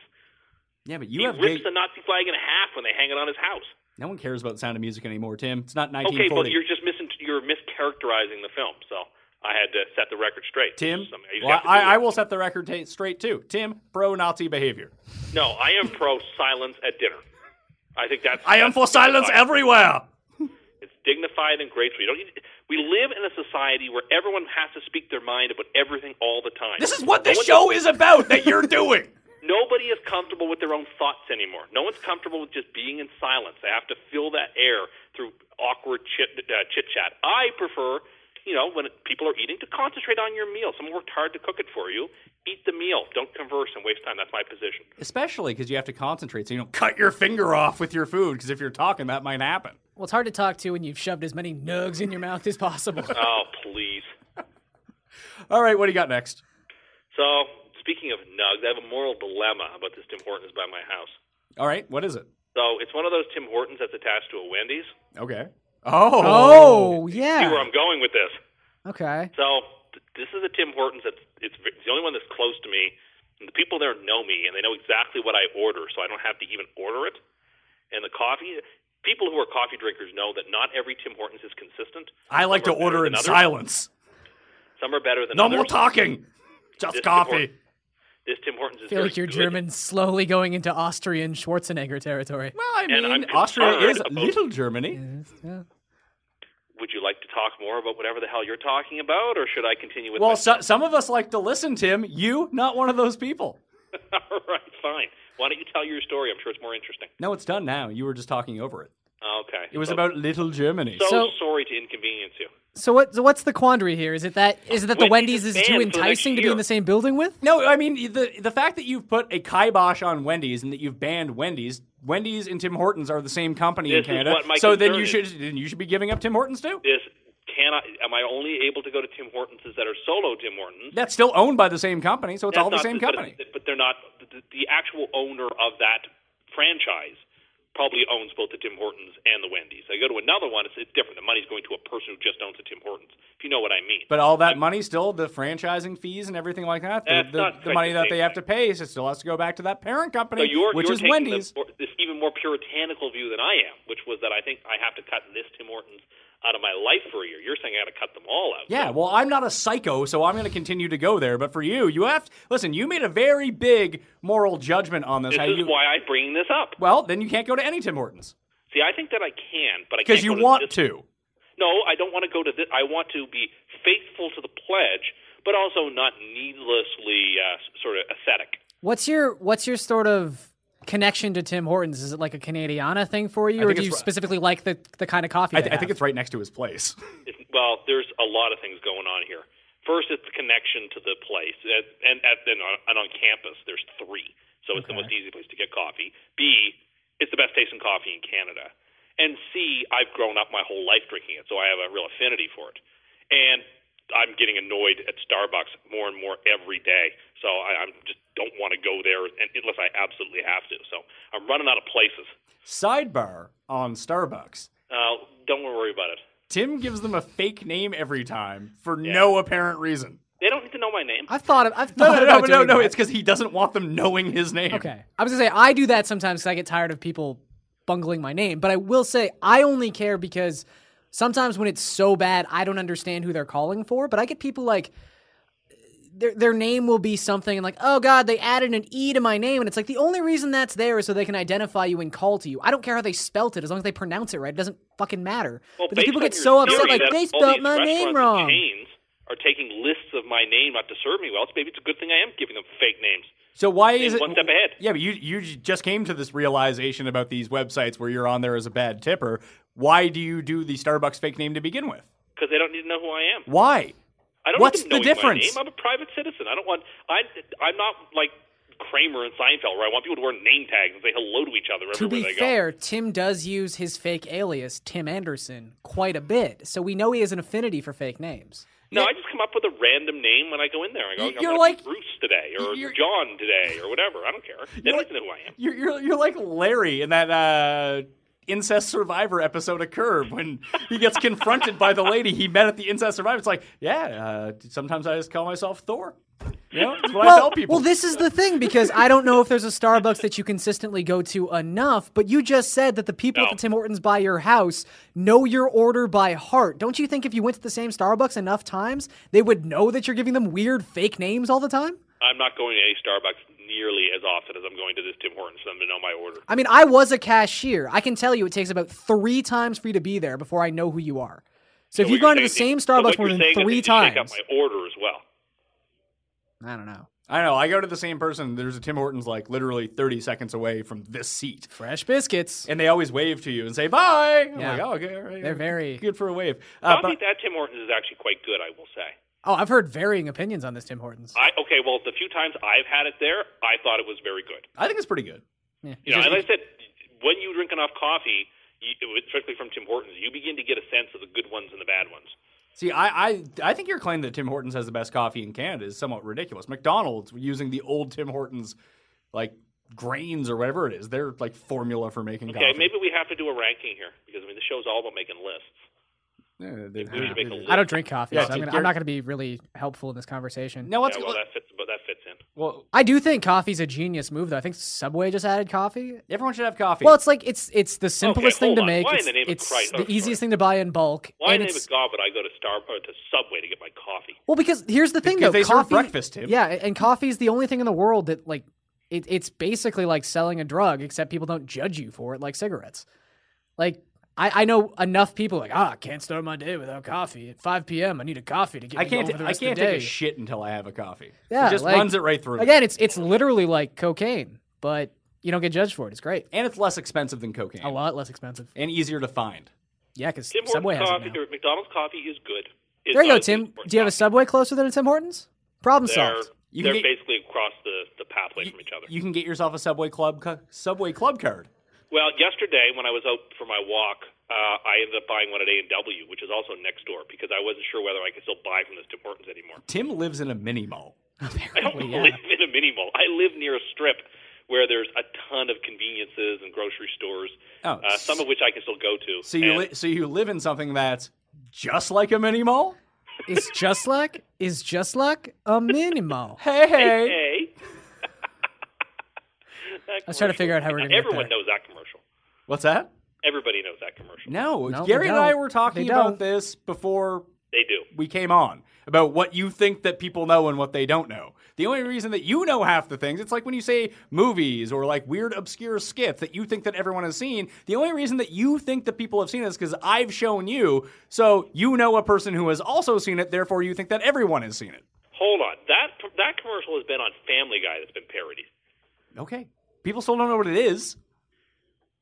Yeah, but you
he
have big-
rips the Nazi flag in half when they hang it on his house.
no one cares about the sound of music anymore, Tim. It's not
Okay,
1940.
but you're just misin you're mischaracterizing the film. So I had to set the record straight.
Tim,
Something- you
well,
have to do
I, I
it.
will set the record ta straight too. Tim, pro-Nazi behavior.
No, I am pro silence at dinner. I think that's.
I am
that's
for silence
dignified.
everywhere.
It's dignified and graceful. You don't. need- We live in a society where everyone has to speak their mind about everything all the time.
This is what this
No
show
one's-
is about that you're doing.
Nobody is comfortable with their own thoughts anymore. No one's comfortable with just being in silence. They have to fill that air through awkward chit uh, chit chat. I prefer, you know, when people are eating, to concentrate on your meal. Someone worked hard to cook it for you. Eat the meal. Don't converse and waste time. That's my position.
Especially because you have to concentrate so you don't cut your finger off with your food because if you're talking, that might happen.
Well, it's hard to talk to when you've shoved as many nugs in your mouth as possible.
Oh, please.
All right, what do you got next?
So, speaking of nugs, I have a moral dilemma about this Tim Hortons by my house.
All right, what is it?
So, it's one of those Tim Hortons that's attached to a Wendy's.
Okay. Oh.
Oh
See where
yeah.
I'm going with this.
Okay.
So th- this is a Tim Hortons that's it's, v- it's the only one that's close to me. And the people there know me and they know exactly what I order, so I don't have to even order it. And the coffee, people who are coffee drinkers know that not every Tim Hortons is consistent.
I like to
Some are better
order in
than others.
silence.
Some are better than
No more
others.
talking. Just
This
coffee.
support- This Tim Hortons is
I feel
very
like you're
good.
German slowly going into Austrian Schwarzenegger territory.
Well, I
And I'm
mean, Austria
concerned
is
about-
little Germany.
Yeah.
Would you like to talk more about whatever the hell you're talking about, or should I continue with?
Well,
my-
so, some of us like to listen, Tim. You, not one of those people.
all right, fine. Why don't you tell your story? I'm sure it's more interesting.
No, it's done now. You were just talking over it.
Okay.
It was
So-
about little Germany.
So,
So-
sorry to inconvenience you.
So what? So what's the quandary here? Is it that is it that the
Wendy's is
Wendy's is too
banned for the next
enticing to be
year.
in the same building with?
no, I mean the the fact that you've put a kibosh on Wendy's and that you've banned Wendy's, Wendy's and Tim Hortons are the same company
This is
in Canada.
what my
so then
concern
you
is.
should then you should be giving up Tim Hortons too.
This cannot. Am I only able to go to Tim Hortons that are solo Tim Hortons?
That's still owned by the same company, so it's all the
That's
same
not-
company.
But, but they're not. The, the actual owner of that franchise probably owns both the Tim Hortons and the Wendy's. I go to another one, it's, it's different. The money's going to a person who just owns the Tim Hortons, if you know what I mean.
But all that money, still the franchising fees and everything like that, the,
That's
the,
not
the money that
quite the same
they have to pay,
thing.
so it still has to go back to that parent company,
so you're,
which is
you're taking
Wendy's.
The, or this even more puritanical view than I am, which was that I think I have to cut this Tim Hortons out of my life for a year. You're saying I got to cut them all out.
Yeah, well, I'm not a psycho, so I'm going to continue to go there. But for you, you have to, listen. You made a very big moral judgment on this.
This
how
is
you,
why I'm bringing this up.
well, then you can't go to any Tim Hortons
See, I think that I can, but I
because
can't
you
go to
want
this-
to.
No, I don't want to go to this. I want to be faithful to the pledge, but also not needlessly uh, s- sort of ascetic.
What's your what's your sort of connection to Tim Hortons? Is it like a Canadiana thing for you, or
think
do
it's
you
ri-
specifically like the the kind of coffee?
I,
they
th- I think
have?
it's right next to his place.
If, well, there's a lot of things going on here. First, it's the connection to the place, and and, at, and, on, and on campus, there's three, so it's the most easy place to get coffee. B, it's the best tasting coffee in Canada, and C, I've grown up my whole life drinking it, so I have a real affinity for it, and I'm getting annoyed at Starbucks more and more every day, so I, I'm just don't want to go there and, unless I absolutely have to. So I'm running out of places.
Sidebar on Starbucks.
Uh, don't worry about it.
Tim gives them a fake name every time for no apparent reason.
They don't need to know my name.
I've thought of, I've
No,
thought
no, no,
about
no, no.
doing that.
It's because he doesn't want them knowing his name.
Okay. I was going to say, I do that sometimes because I get tired of people bungling my name. But I will say, I only care because sometimes when it's so bad, I don't understand who they're calling for. But I get people like, their, their name will be something and like, oh God, they added an E to my name. And it's like, the only reason that's there is so they can identify you and call to you. I don't care how they spelt it, as long as they pronounce it right. It doesn't fucking matter.
Well,
but these
based
people
on
get
your
so upset,
theory
like,
that
they
all
spelt
these
my
restaurants
name
and
wrong.
Chains are taking lists of my name not to serve me well. So maybe it's a good thing I am giving them fake names.
So why is it
one step ahead.
Yeah, but you you j- just came to this realization about these websites where you're on there as a bad tipper. Why do you do the Starbucks fake name to begin with?
because they don't need to know who I am.
Why?
I don't
What's
need them
the
knowing
difference?
My name. I'm a private citizen. I don't want. I I'm not like Kramer and Seinfeld where I want people to wear name tags and say hello to each other
To
everywhere
be
they go.
fair, Tim does use his fake alias, Tim Anderson, quite a bit. So we know he has an affinity for fake names.
No, I just come up with a random name when I go in there. I go,
You're
I'm gonna be
like-
Bruce today or
you're-
John today or whatever. I don't care. They
You're
don't
like-
need to know who I am.
You're you're, you're like Larry in that uh, incest survivor episode of Curb when he gets confronted by the lady he met at the incest survivor. It's like, yeah, uh, sometimes I just call myself Thor. You know, that's what I tell people.
well, this is the thing because I don't know if there's a Starbucks that you consistently go to enough, but you just said that the people at
No.
the Tim Hortons by your house know your order by heart. Don't you think if you went to the same Starbucks enough times, they would know that you're giving them weird fake names all the time?
I'm not going to a Starbucks nearly as often as I'm going to this Tim Hortons for them to know my order.
I mean, I was a cashier. I can tell you it takes about three times for you to be there before I know who you are. So, if
So
you've
what
gone to
you're
the
saying
same
is- so what
Starbucks more
you're
than
saying is I
three
need to shake up
times,
my order as well.
I don't know.
I know. I go to the same person. There's a Tim Hortons like literally 30 seconds away from this seat.
Fresh biscuits.
and they always wave to you and say bye. I'm
Yeah.
like, oh, okay, all right.
They're very-
good for a wave. Uh,
Coffee
but
at Tim Hortons is actually quite good, I will say.
Oh, I've heard varying opinions on this Tim Hortons.
I okay. Well, the few times I've had it there, I thought it was very good.
I think it's pretty good.
You know, and like I said, when you drink enough coffee, you, especially from Tim Hortons, you begin to get a sense of the good ones and the bad ones.
See, I, I, I think your claim that Tim Hortons has the best coffee in Canada is somewhat ridiculous. McDonald's using the old Tim Hortons, like grains or whatever it is, their like formula for making
Okay,
coffee.
maybe we have to do a ranking here because I mean the show's all about making lists.
Yeah, they-
We should make a list.
I don't drink coffee,
Yeah,
so I'm,
dude,
gonna,
you're-
I'm not going to be really helpful in this conversation.
No, let's
Yeah, well, that fits. But that fits in.
well.
I do think coffee's a genius move, though. I think Subway just added coffee.
Everyone should have coffee.
Well, it's like it's it's the simplest thing
hold
to
on.
make.
Why in
it's
the name of
it's
Christ?
the
Oh,
easiest thing to buy in bulk.
Why
and
in the name
it's,
of God would I go to Star or to Subway to get my coffee?
Well, because here's the thing,
Because
though.
they serve
coffee,
breakfast, Tim.
Yeah, and coffee is the only thing in the world that like it, it's basically like selling a drug, except people don't judge you for it like cigarettes. Like I, I know enough people like ah, I can't start my day without coffee at 5 p.m. I need a coffee to get
I
me
can't.
Over the
I
rest
can't
of the
take a
day.
shit until I have a coffee.
Yeah,
it just
like-
runs it right through.
Again, it's it's literally like cocaine, but you don't get judged for it. It's great.
and it's less expensive than cocaine.
A lot less expensive.
and easier to find.
Yeah, because
Tim
Subway
Hortons
has
coffee
it now.
or McDonald's coffee is good. It's
There you
not
go,
as good
Tim.
as Hortons
Do you have a
coffee.
Subway closer than a Tim Hortons? Problem
They're,
solved.
You can
they're
get-
basically across the, the pathway from each other.
You can get yourself a Subway club cu- Subway club card.
Well, yesterday when I was out for my walk, uh, I ended up buying one at A and W, which is also next door, because I wasn't sure whether I could still buy from this Tim Hortons anymore.
Tim lives in a mini mall.
I don't
Apparently, Oh, yeah.
live in a mini mall. I live near a strip where there's a ton of conveniences and grocery stores,
Oh,
uh, some of which I can still go to.
So you
And
li- so you live in something that's just like a mini mall.
Is just like is just like a minimal.
Hey, hey,
hey. That
I was trying to
commercial.
figure out how we're gonna get
Everyone
there.
knows that commercial.
what's that?
Everybody knows that commercial.
No,
No,
Gary
they
and I
don't.
were talking
They
about
don't.
this before
They do.
we came on about what you think that people know and what they don't know. The only reason that you know half the things, it's like when you say movies or like weird obscure skits that you think that everyone has seen. The only reason that you think that people have seen it is because I've shown you, so you know a person who has also seen it. Therefore, you think that everyone has seen it.
Hold on. That that commercial has been on Family Guy. That's been parodied.
Okay, people still don't know what it is.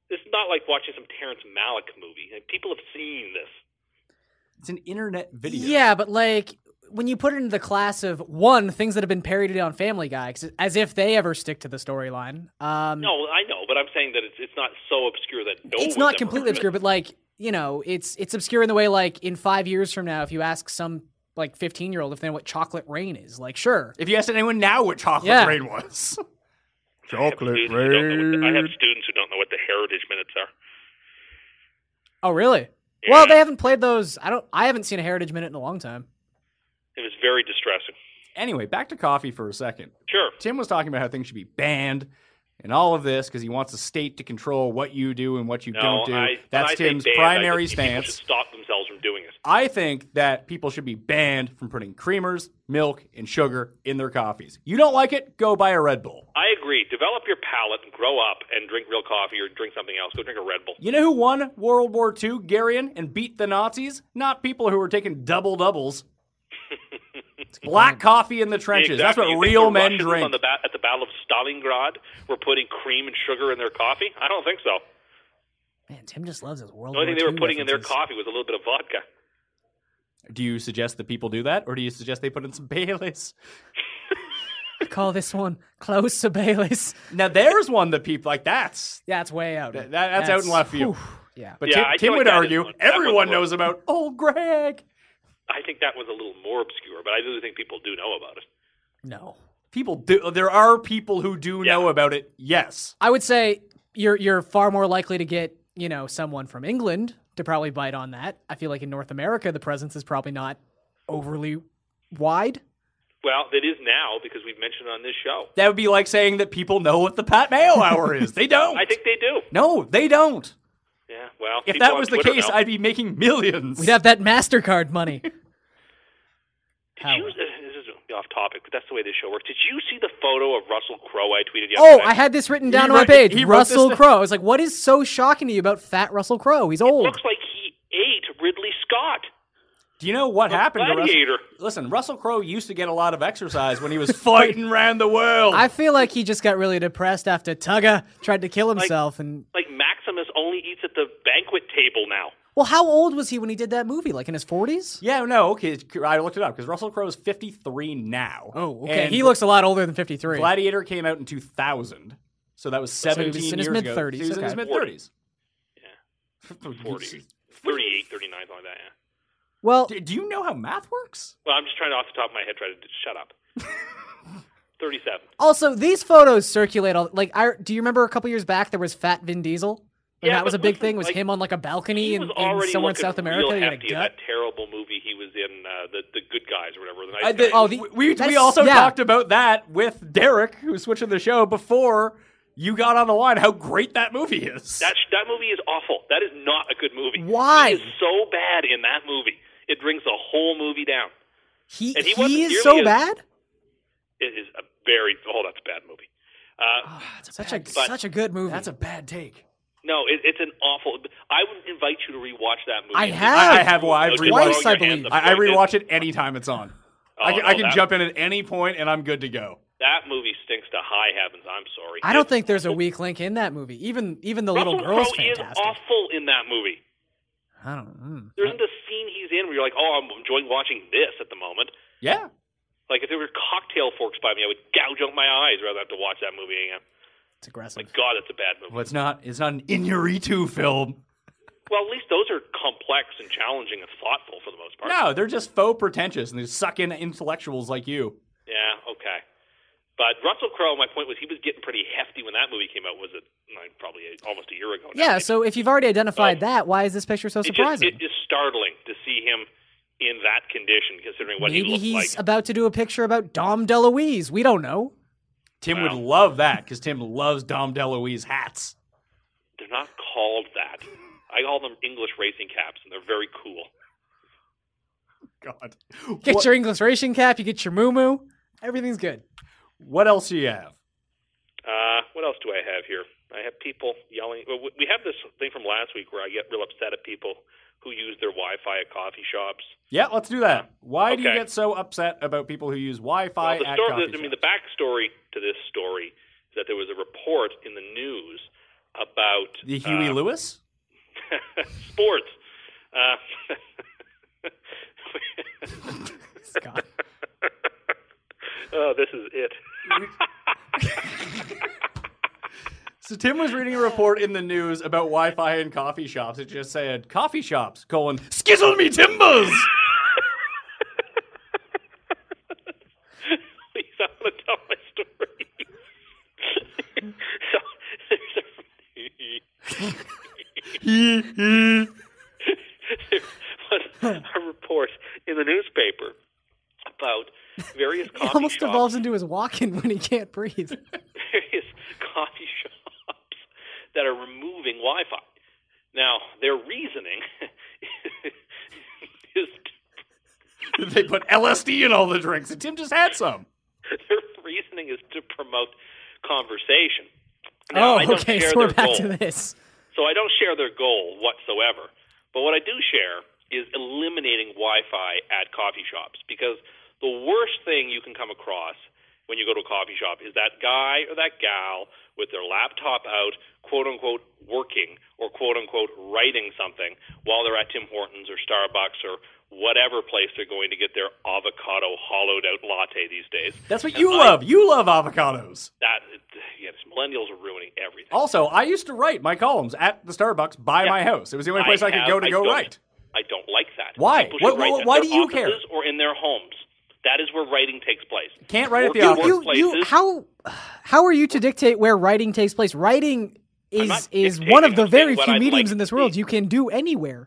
This is not like watching some Terrence Malick movie. Like, People have seen this.
It's an internet video.
Yeah, but like when you put it into the class of one things that have been parodied on Family Guy, 'cause as if they ever stick to the storyline. Um,
No, I know, but I'm saying that it's it's not so obscure that no
it's
one's
not
ever
completely
heard of
obscure,
it.
but like you know, it's it's obscure in the way like in five years from now, if you ask some like fifteen year old if they know what chocolate rain is, like sure,
If you asked anyone now what chocolate
Yeah.
rain was,
Students who don't know what the- I have students who don't know what the heritage minutes are.
oh really?
Yeah.
Well, they haven't played those. I don't. I haven't seen a Heritage Minute in a long time.
It was very distressing.
Anyway, back to coffee for a second.
Sure.
Tim was talking about how things should be banned and all of this because he wants the state to control what you do and what you
No,
don't do.
I, when
That's
I say
Tim's
banned,
primary
I just think people
stance.
should stop themselves from doing this.
I think that people should be banned from putting creamers, milk, and sugar in their coffees. You don't like it? Go buy a Red Bull.
I agree. Develop your palate and grow up and drink real coffee or drink something else. Go drink a Red Bull.
You know who won World War II, Garion, and beat the Nazis? Not people who were taking double doubles. Black coffee in the trenches. That's
Exactly.
what
You think
real
the
men
Russians
drink.
On the ba- at the Battle of Stalingrad, were putting cream and sugar in their coffee. I don't think so.
Man, Tim just loves his world.
The only
War
thing they were
II
putting in their
references.
coffee was a little bit of vodka.
Do you suggest that people do that, or do you suggest they put in some Baileys?
Call this one close to Bailey's.
Now there's one that people like. That's
Yeah, it's way out.
that, that's, out in left field.
whew, yeah.
But
Yeah,
Tim,
I feel
Tim
like
would
that is
argue
one- that one's
everyone
one.
knows about old Greg.
I think that was a little more obscure, but I do think people do know about it.
No.
People do. There are people who do know about it. Yes.
I would say you're you're far more likely to get, you know, someone from England to probably bite on that. I feel like in North America the presence is probably not overly wide.
Well, it is now because we've mentioned it on this show.
That would be like saying that people know what the Pat Mayo Hour is. They don't.
I think they do.
no, they don't.
Yeah. Well,
If
people
that
on
was the
Twitter
case,
know.
I'd be making millions.
We'd have that MasterCard money.
Did you, this is off topic, but that's the way this show works. Did you see the photo of Russell Crowe I tweeted
Oh,
yesterday?
I had this written down
He
on my
wrote-
page.
he wrote this
Russell
down.
Crowe. I was like, what is so shocking to you about fat Russell Crowe? He's old.
Looks like he ate Ridley Scott.
Do you know what happened to Russell?
gladiator.
Listen, Russell Crowe used to get a lot of exercise when he was fighting around the world.
I feel like he just got really depressed after Tugga tried to kill himself and
Like Maximus only eats at the banquet table now.
Well, how old was he when he did that movie? Like in his 40s?
yeah, no, okay. I looked it up because Russell Crowe is 53 now.
Oh, okay.
And
he looks a lot older than 53.
Gladiator came out in 2000, so that was 17
was in
years
his
ago.
mid-thirties,
So he was in
okay.
his mid 30s. Yeah,
40, 38, 39, something like that. Yeah.
well,
Do, do you know how math works?
Well, I'm just trying to off the top of my head try to d- shut up. 37.
Also, these photos circulate. All, like, I do you remember a couple years back there was Fat Vin Diesel? And
Yeah,
that was a
but
big
listen,
thing. Was
like,
him on like a balcony
he
in,
was
in
already
somewhere in
looking
South America? He
real
had a
hefty in
gut.
that terrible movie he was in, uh, the the Good Guys or whatever. The nice
I did-
guys.
Oh, the-
we we
that's-
also
yeah.
talked about that with Derek, who was switching the show before you got on the line. How great that movie is!
That sh- that movie is awful. That is not a good movie.
Why?
He is so bad in that movie. It brings the whole movie down.
He
And he
he,
wasn't
is
nearly
so
as-
bad.
It is a very oh that's a bad movie. Uh,
Such a
but-
such a good movie.
That's a bad take.
no, it, it's an awful. I would invite you to rewatch that movie.
I have.
I, I have. Well, I've
Just
rewatched.
Twice, I
throw your hands
believe.
up
I, I
like this.
rewatch it anytime it's on. I
Oh,
can,
no,
I can
that-
jump in at any point and I'm good to go.
That movie stinks to high heavens. I'm sorry.
I don't
It's-
think there's a weak link in that movie. Even even the
Russell
little girl's
Crowe is
fantastic.
awful in that movie.
I don't. Mm.
There isn't a scene he's in where you're like, oh, I'm enjoying watching this at the moment.
Yeah.
Like if there were cocktail forks by me, I would gouge out my eyes rather than have to watch that movie again.
It's
My
aggressive.
God, that's a bad movie.
Well, it's not. It's not an Inuritu film.
Well, at least those are complex and challenging and thoughtful for the most part.
No, they're just faux pretentious and they suck in intellectuals like you.
Yeah, okay. But Russell Crowe, my point was he was getting pretty hefty when that movie came out. Was it like, probably a, almost a year ago? now.
yeah.
It-
So if you've already identified
Oh.
that, why is this picture so
it just,
surprising?
it is startling to see him in that condition, considering what
Maybe
he
he's
looked like.
about to do a picture about Dom DeLuise. We don't know.
Tim would
Wow.
love that because Tim loves Dom DeLuise hats.
They're not called that. I call them English racing caps, and they're very cool.
God.
Get
What,
your English racing cap. You get your moo moo. Everything's good.
what else do you have?
Uh, what else do I have here? I have people yelling. well, We we have this thing from last week where I get real upset at people who use their Wi-Fi at coffee shops.
Yeah, let's do that. Why do you
Okay.
get so upset about people who use Wi-Fi
Well, the
at
story,
coffee
I mean,
shops?
the backstory to this story is that there was a report in the news about
The Huey
uh,
Lewis?
sports. Uh,
Scott.
oh, this is it.
So Tim was reading a report in the news about Wi-Fi in coffee shops. It just said coffee shops colon skizzle me timbers.
Please, I want to tell my story. so, there was a report in the newspaper about various
He
coffee
almost
shops.
evolves into his walk-in when he can't breathe.
various coffee shops that are removing Wi-Fi. Now, their reasoning is
they put LSD in all the drinks, and Tim just had some.
their reasoning is to promote conversation. Now, I
oh,
don't
okay.
share
So we're
their
back
goal.
to this.
So I don't share their goal whatsoever. But what I do share is eliminating Wi-Fi at coffee shops because the worst thing you can come across when you go to a coffee shop is that guy or that gal with their laptop out, quote unquote, working or quote unquote writing something while they're at Tim Hortons or Starbucks or whatever place they're going to get their avocado hollowed out latte these days.
That's what you love. You love avocados.
That yes, millennials are ruining everything.
Also, I used to write my columns at the Starbucks by my house. It was the only place I, could
have-
go to go
don't-
write.
I don't like that.
Why?
People should
What-
write
what-
at
why
their
do you care?
offices Or in their homes. That is where writing takes place.
Can't write at the
Work-
office.
You, you,
workplaces-
how, how are you to dictate where writing takes place? Writing
not
is is one
dictating,
of the
I'm
very
saying what
few
I'd like
mediums
to
in this
see.
world you can do anywhere.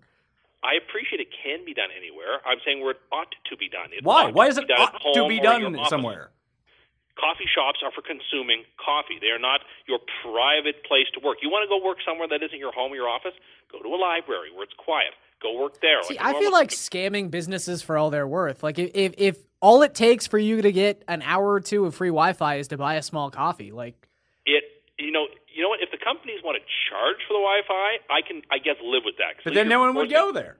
I appreciate it can be done anywhere. I'm saying where it ought to be done. It
Why?
ought
Why
to
is it
be done at
ought to
home
be
or your
done
office.
somewhere?
Coffee shops are for consuming coffee. They are not your private place to work. You want to go work somewhere that isn't your home or your office? Go to a library where it's quiet. Go work there.
See,
a
I feel
normal-
like scamming businesses for all they're worth. Like if, if if all it takes for you to get an hour or two of free Wi-Fi is to buy a small coffee, like
it. You know, you know what? If the companies want to charge for the Wi-Fi, I can, I guess, live with that. 'Cause
But
at
then
least
no
you're
one would go
forcing-
there.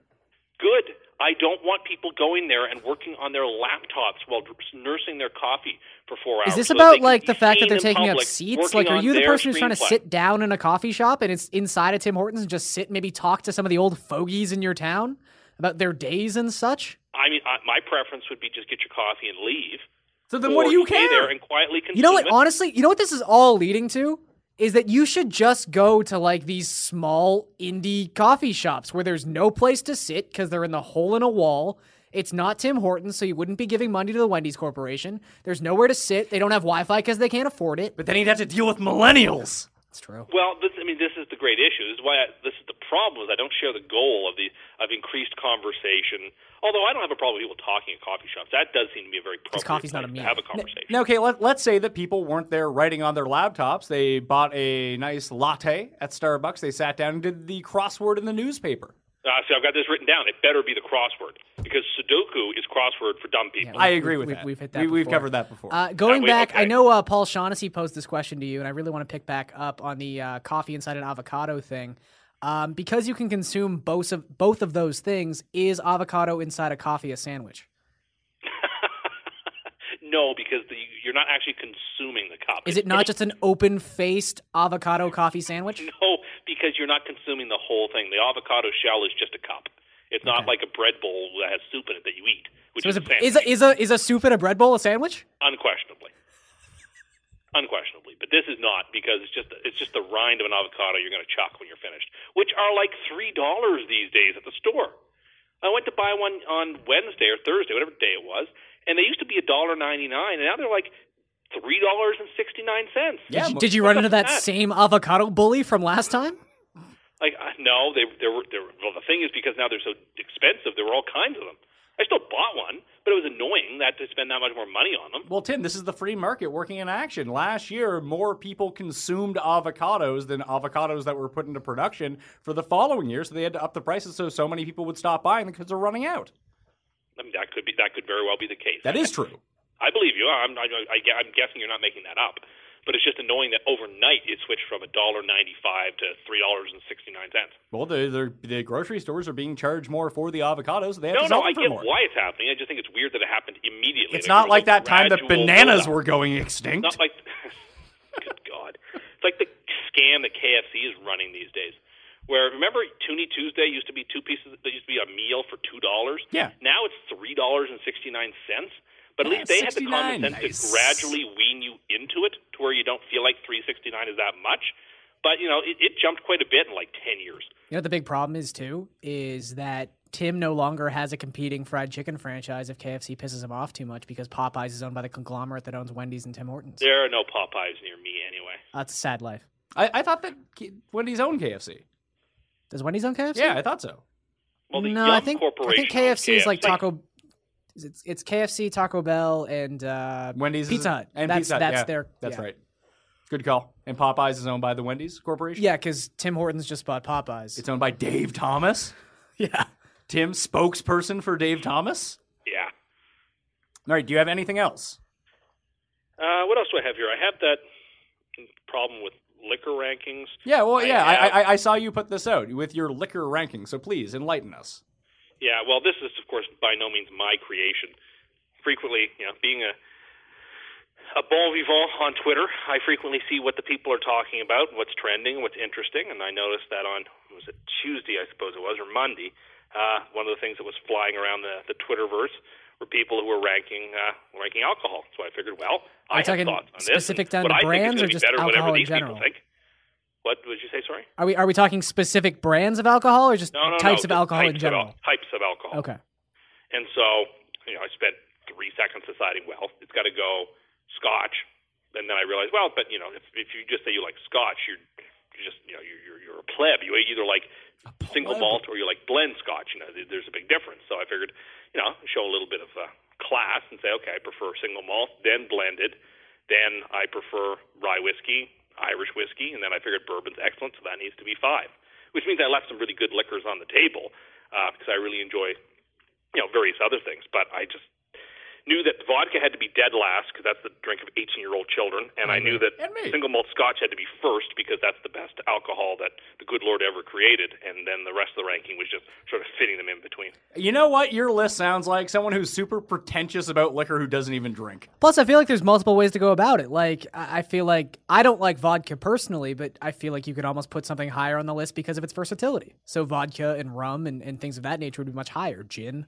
Good. I don't want people going there and working on their laptops while nursing their coffee for four hours.
is this
so that they
about
can
like
be
the fact that
seen
they're
in
taking up
public
seats?
working
Like, are
on
you the
their
person who's trying to
screenplay?
sit down in a coffee shop and it's inside of Tim Hortons and just sit and maybe talk to some of the old fogies in your town about their days and such?
I mean, I, my preference would be just get your coffee and leave.
So then what
or
do you
stay there
care?
and quietly consume
You know what?
it.
Honestly, you know what this is all leading to is that you should just go to like these small indie coffee shops where there's no place to sit because they're in the hole in a wall. It's not Tim Hortons, so you wouldn't be giving money to the Wendy's Corporation. There's nowhere to sit. They don't have Wi-Fi because they can't afford it.
But then he'd have to deal with millennials.
That's true.
Well, this, I mean, this is the great issue. This is why I, this is the problem. Is I don't share the goal of the of increased conversation. Although I don't have a problem with people talking at coffee shops. That does seem to be a very because
coffee's not a meal.
to have a
No-
conversation.
Now, okay, let, let's say that people weren't there writing on their laptops. They bought a nice latte at Starbucks. They sat down and did the crossword in the newspaper.
Uh, so I've got this written down. It better be the crossword because Sudoku is crossword for dumb people.
I agree with
we've-
that.
we've hit that
We, have
before.
covered that before.
Uh, going
wait,
back, I
okay.
know uh, Paul Shaughnessy posed this question to you, and I really want to pick back up on the uh, coffee inside an avocado thing. Um, because you can consume both of both of those things, is avocado inside a coffee a sandwich?
no, because the, you're not actually consuming the cup.
Is it not just an open faced avocado coffee sandwich?
No, because you're not consuming the whole thing. The avocado shell is just a cup. It's not like a bread bowl that has soup in it that you eat, which
So
is,
is,
a
a,
sandwich,
is, a, is, a, is a soup and a bread bowl a sandwich?
unquestionably. Unquestionably, but this is not because it's just it's just the rind of an avocado you're going to chuck when you're finished, which are like three dollars these days at the store. I went to buy one on Wednesday or Thursday, whatever day it was, and they used to be a dollar ninety nine, and now they're like three dollars and sixty nine cents.
yeah,
Did you,
mo-
did you run into that
that?
same avocado bully from last time?
Like uh, no, they there were there. Well, the thing is because now they're so expensive, there were all kinds of them. I still bought one, but it was annoying that to spend that much more money on them.
well, Tim, this is the free market working in action. Last year, more people consumed avocados than avocados that were put into production for the following year, so they had to up the prices so so many people would stop buying because they're running out.
I mean, that could be that could very well be the case.
That is true.
I believe you. I'm I, I, gue- I'm guessing you're not making that up, but it's just annoying that overnight it switched from a dollar ninety five to three dollars and sixty nine cents.
Well, the, the, the grocery stores are being charged more for the avocados. so They have
No,
to
no,
sell
I
them for
get
more.
why it's happening. I just think it's weird that it happened immediately.
It's not
there was
like
a
that time that
gradual
bananas
buildup.
were going extinct.
Not like, good God, it's like the scam that KFC is running these days. Where remember Toonie Tuesday used to be two pieces. That used to be a meal for two dollars.
Yeah.
Now it's three dollars and sixty nine cents. But at
Yeah,
least they had the
69.
common sense
Nice.
to gradually wean you into it to where you don't feel like three sixty nine is that much. But you know, it, it jumped quite a bit in like ten years.
You know what the big problem is too is that Tim no longer has a competing fried chicken franchise if KFC pisses him off too much because Popeyes is owned by the conglomerate that owns Wendy's and Tim Hortons.
There are no Popeyes near me anyway.
That's a sad life.
I, I thought that K- Wendy's owned KFC.
Does Wendy's own KFC?
Yeah, I thought so.
Well, the
no,
Yum
I think I
Corporation
think KFC is like
owns
Taco. It's it's KFC, Taco Bell, and uh,
Wendy's is-
Pizza Hut.
and
that's,
Pizza Hut,
That's
yeah,
their.
That's
yeah.
right. Good call. And Popeyes is owned by the Wendy's Corporation.
Yeah, because Tim Hortons just bought Popeyes.
It's owned by Dave Thomas.
yeah.
Tim, spokesperson for Dave Thomas.
Yeah.
All right. Do you have anything else?
Uh, what else do I have here? I have that problem with liquor rankings.
Yeah. Well,
I
yeah. I,
have-
I, I saw you put this out with your liquor ranking. So please enlighten us.
Yeah, well, this is of course by no means my creation. Frequently, you know, being a a bon vivant on Twitter, I frequently see what the people are talking about, what's trending, what's interesting, and I noticed that on was it Tuesday, I suppose it was, or Monday, uh, one of the things that was flying around the the Twitterverse were people who were ranking uh, ranking alcohol. So I figured, well, I
Are you
have
talking
thoughts on this.
specific
and
down to
what I think is
brands
gonna
or
be
just
better, whatever
alcohol in
these people
general?
think. What would you say? Sorry.
Are we are we talking specific brands of alcohol or just
No, no,
types
no,
of
just
alcohol in
types
general?
Of, al- types of alcohol.
Okay.
And so, you know, I spent three seconds deciding, well, it's got to go scotch. And then I realized, well, but you know, if, if you just say you like scotch, you're, you're just, you know, you're, you're, you're a pleb. You either like single malt or you like blend scotch. You know, there- there's a big difference. So I figured, you know, show a little bit of uh, class and say, okay, I prefer single malt, then blended, then I prefer rye whiskey, Irish whiskey, and then I figured bourbon's excellent, so that needs to be five. Which means I left some really good liquors on the table uh, because I really enjoy you know, various other things. But I just knew that vodka had to be dead last because that's the drink of 18 year old children. And
Oh,
I knew that
And me.
single malt scotch had to be first because that's the best alcohol that the good Lord ever created. And then the rest of the ranking was just sort of fitting them in between.
You know what your list sounds like? Someone who's super pretentious about liquor who doesn't even drink.
Plus, I feel like there's multiple ways to go about it. Like, I I feel like I don't like vodka personally, but I feel like you could almost put something higher on the list because of its versatility. So, vodka and rum and, and things of that nature would be much higher. Gin.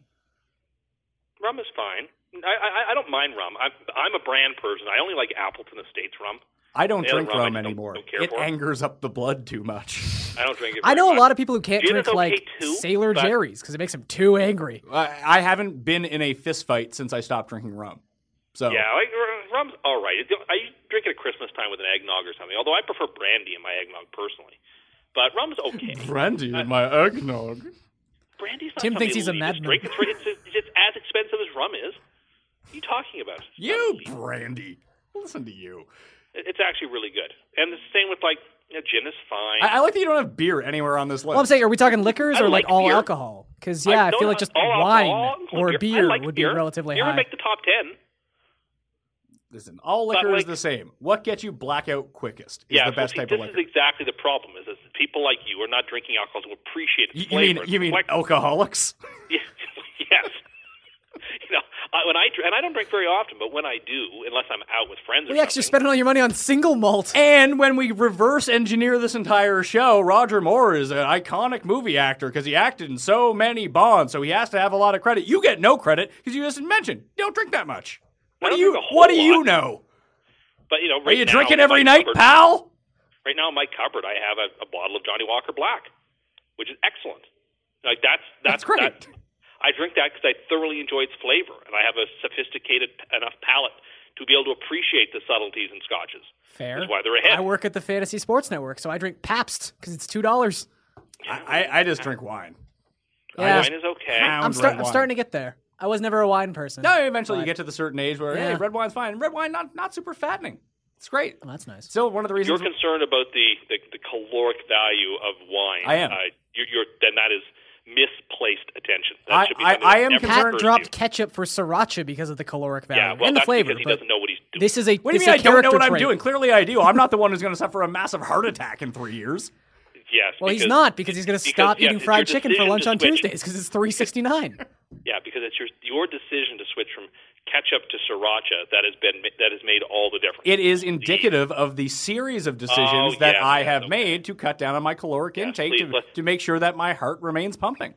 Rum is fine. I, I, I don't mind rum. I'm, I'm a brand person. I only like Appleton Estates rum.
I don't
Yeah,
drink
rum, I
rum
just don't-
anymore.
don't care
it
for it.
angers up the blood too much.
I don't drink it.
I
very
know a
much.
lot of people who can't
Gin
drink
is okay
like
too,
Sailor
but-
Jerry's because it makes them too angry.
I, I haven't been in a fist fight since I stopped drinking rum. So
Yeah, like r- rum's all right. It- I drink it at Christmas time with an eggnog or something. Although I prefer brandy in my eggnog personally, but rum's okay.
brandy in my eggnog.
Brandy's not
Tim
something
thinks he's a
illegal to
madman.
drink. It's, it's, it's, it's as expensive as rum is. What are you talking about? It's not
You
illegal.
brandy. Listen to you.
It- It's actually really good. And the same with like you know, gin is fine.
I, I like that you don't have beer anywhere on this list.
Well, I'm saying, are we talking liquors
I
or like,
like
all
beer.
alcohol? Because yeah, I,
no,
feel like
not
just
all
wine
alcohol, include
or
beer. I
beer
like
would
beer.
be relatively
beer
high.
would make the top ten.
Listen, all liquor is
like-
the same. What gets you blackout quickest is
yeah,
the best
so see,
type of
this
liquor.
is exactly the problem. Is that people like you are not drinking alcohol to appreciate
You-
its
you mean
flavor.
you mean
Like-
oh.
alcoholics?
Yeah, yes. you know, I, when I dr- and I don't drink very often, but when I do, unless I'm out with friends,
Well,
or
yeah, 'cause you're
something,
spending all your money on single malt.
And when we reverse engineer this entire show, Roger Moore is an iconic movie actor because he acted in so many Bonds, so he has to have a lot of credit. You get no credit because you just mentioned you don't drink that much. What
I
do
don't
you?
drink a whole
What do you
lot.
know?
but you know,
Are
right
you
now,
drinking
in
every
my
night,
cupboard-
pal?
Right now, in my cupboard, I have a, a bottle of Johnny Walker Black, which is excellent. Like that's
That's
that's,
great.
that- I drink that because I thoroughly enjoy its flavor, and I have a sophisticated p- enough palate to be able to appreciate the subtleties in scotches.
Fair.
That's why they're ahead.
I work at the Fantasy Sports Network, so I drink Pabst because it's two dollars.
I, I, I just drink wine.
Yeah,
Wine is okay.
I'm,
Pound
start-
red
I'm
wine.
starting to get there. I was never a wine person.
No, eventually you
But-
get to the certain age where hey,
Yeah.
red wine's fine. Red wine not not super fattening. It's great.
Oh, that's nice.
Still one of the
If you're
reasons.
concerned about the, the, the caloric value of wine,
I am.
Uh, you're, you're, then that is misplaced attention. That
I-
should be
I-
something
I
that
am
never
concerned-
Pat
occurs to
dropped
you.
ketchup for sriracha because of the caloric value
Yeah, well,
and the
that's
flavor.
because he
but
doesn't know what he's doing.
This is a
what do you
this
mean? I
is a
don't know what
character
I'm
trait.
doing. Clearly, I do. I'm not the one who's going to suffer a massive heart attack in three years.
yes,
Well, he's
because-
not because he's going to
because,
stop
yes,
eating
it's your
fried chicken for
decision
lunch
to
on
switch.
Tuesdays because it's three sixty nine.
Yeah, because it's your your decision to switch from ketchup to sriracha that has been that has made all the difference.
It is indicative of the series of decisions
Oh,
that
yes,
I
yes,
have
okay.
made to cut down on my caloric intake
please,
to,
let's-
to make sure that my heart remains pumping.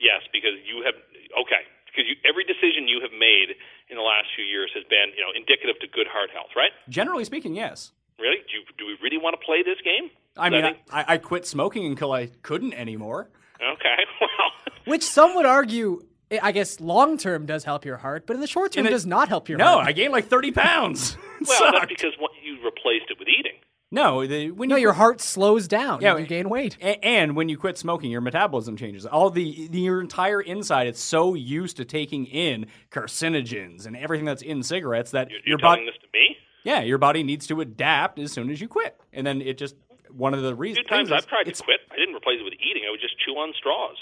Yes, because you have okay. Because you, every decision you have made in the last few years has been, you know, indicative to good heart health, right?
Generally speaking, yes.
Really? Do you, do we really want to play this game?
I mean,
Does
I, I I quit smoking until I couldn't anymore.
that- okay. Well,
Which some would argue, I- I guess, long term does help your heart, but in the short term
it-
does not help your
No,
heart.
I gained like 30 pounds. It
well, that's
sucked.
because what, you replaced it with eating.
No, the, when
No,
you
your
quit-
heart slows down.
Yeah,
and you
it-
gain weight.
A- and when you quit smoking, your metabolism changes. All the, the your entire inside it's so used to taking in carcinogens and everything that's in cigarettes that
You're,
your
you're
body,
telling this to me?
yeah, your body needs to adapt as soon as you quit, and then it just one of the
Two
reasons. things
times
is
I've tried to
it's-
quit. I didn't replace it with eating. I would just chew on straws.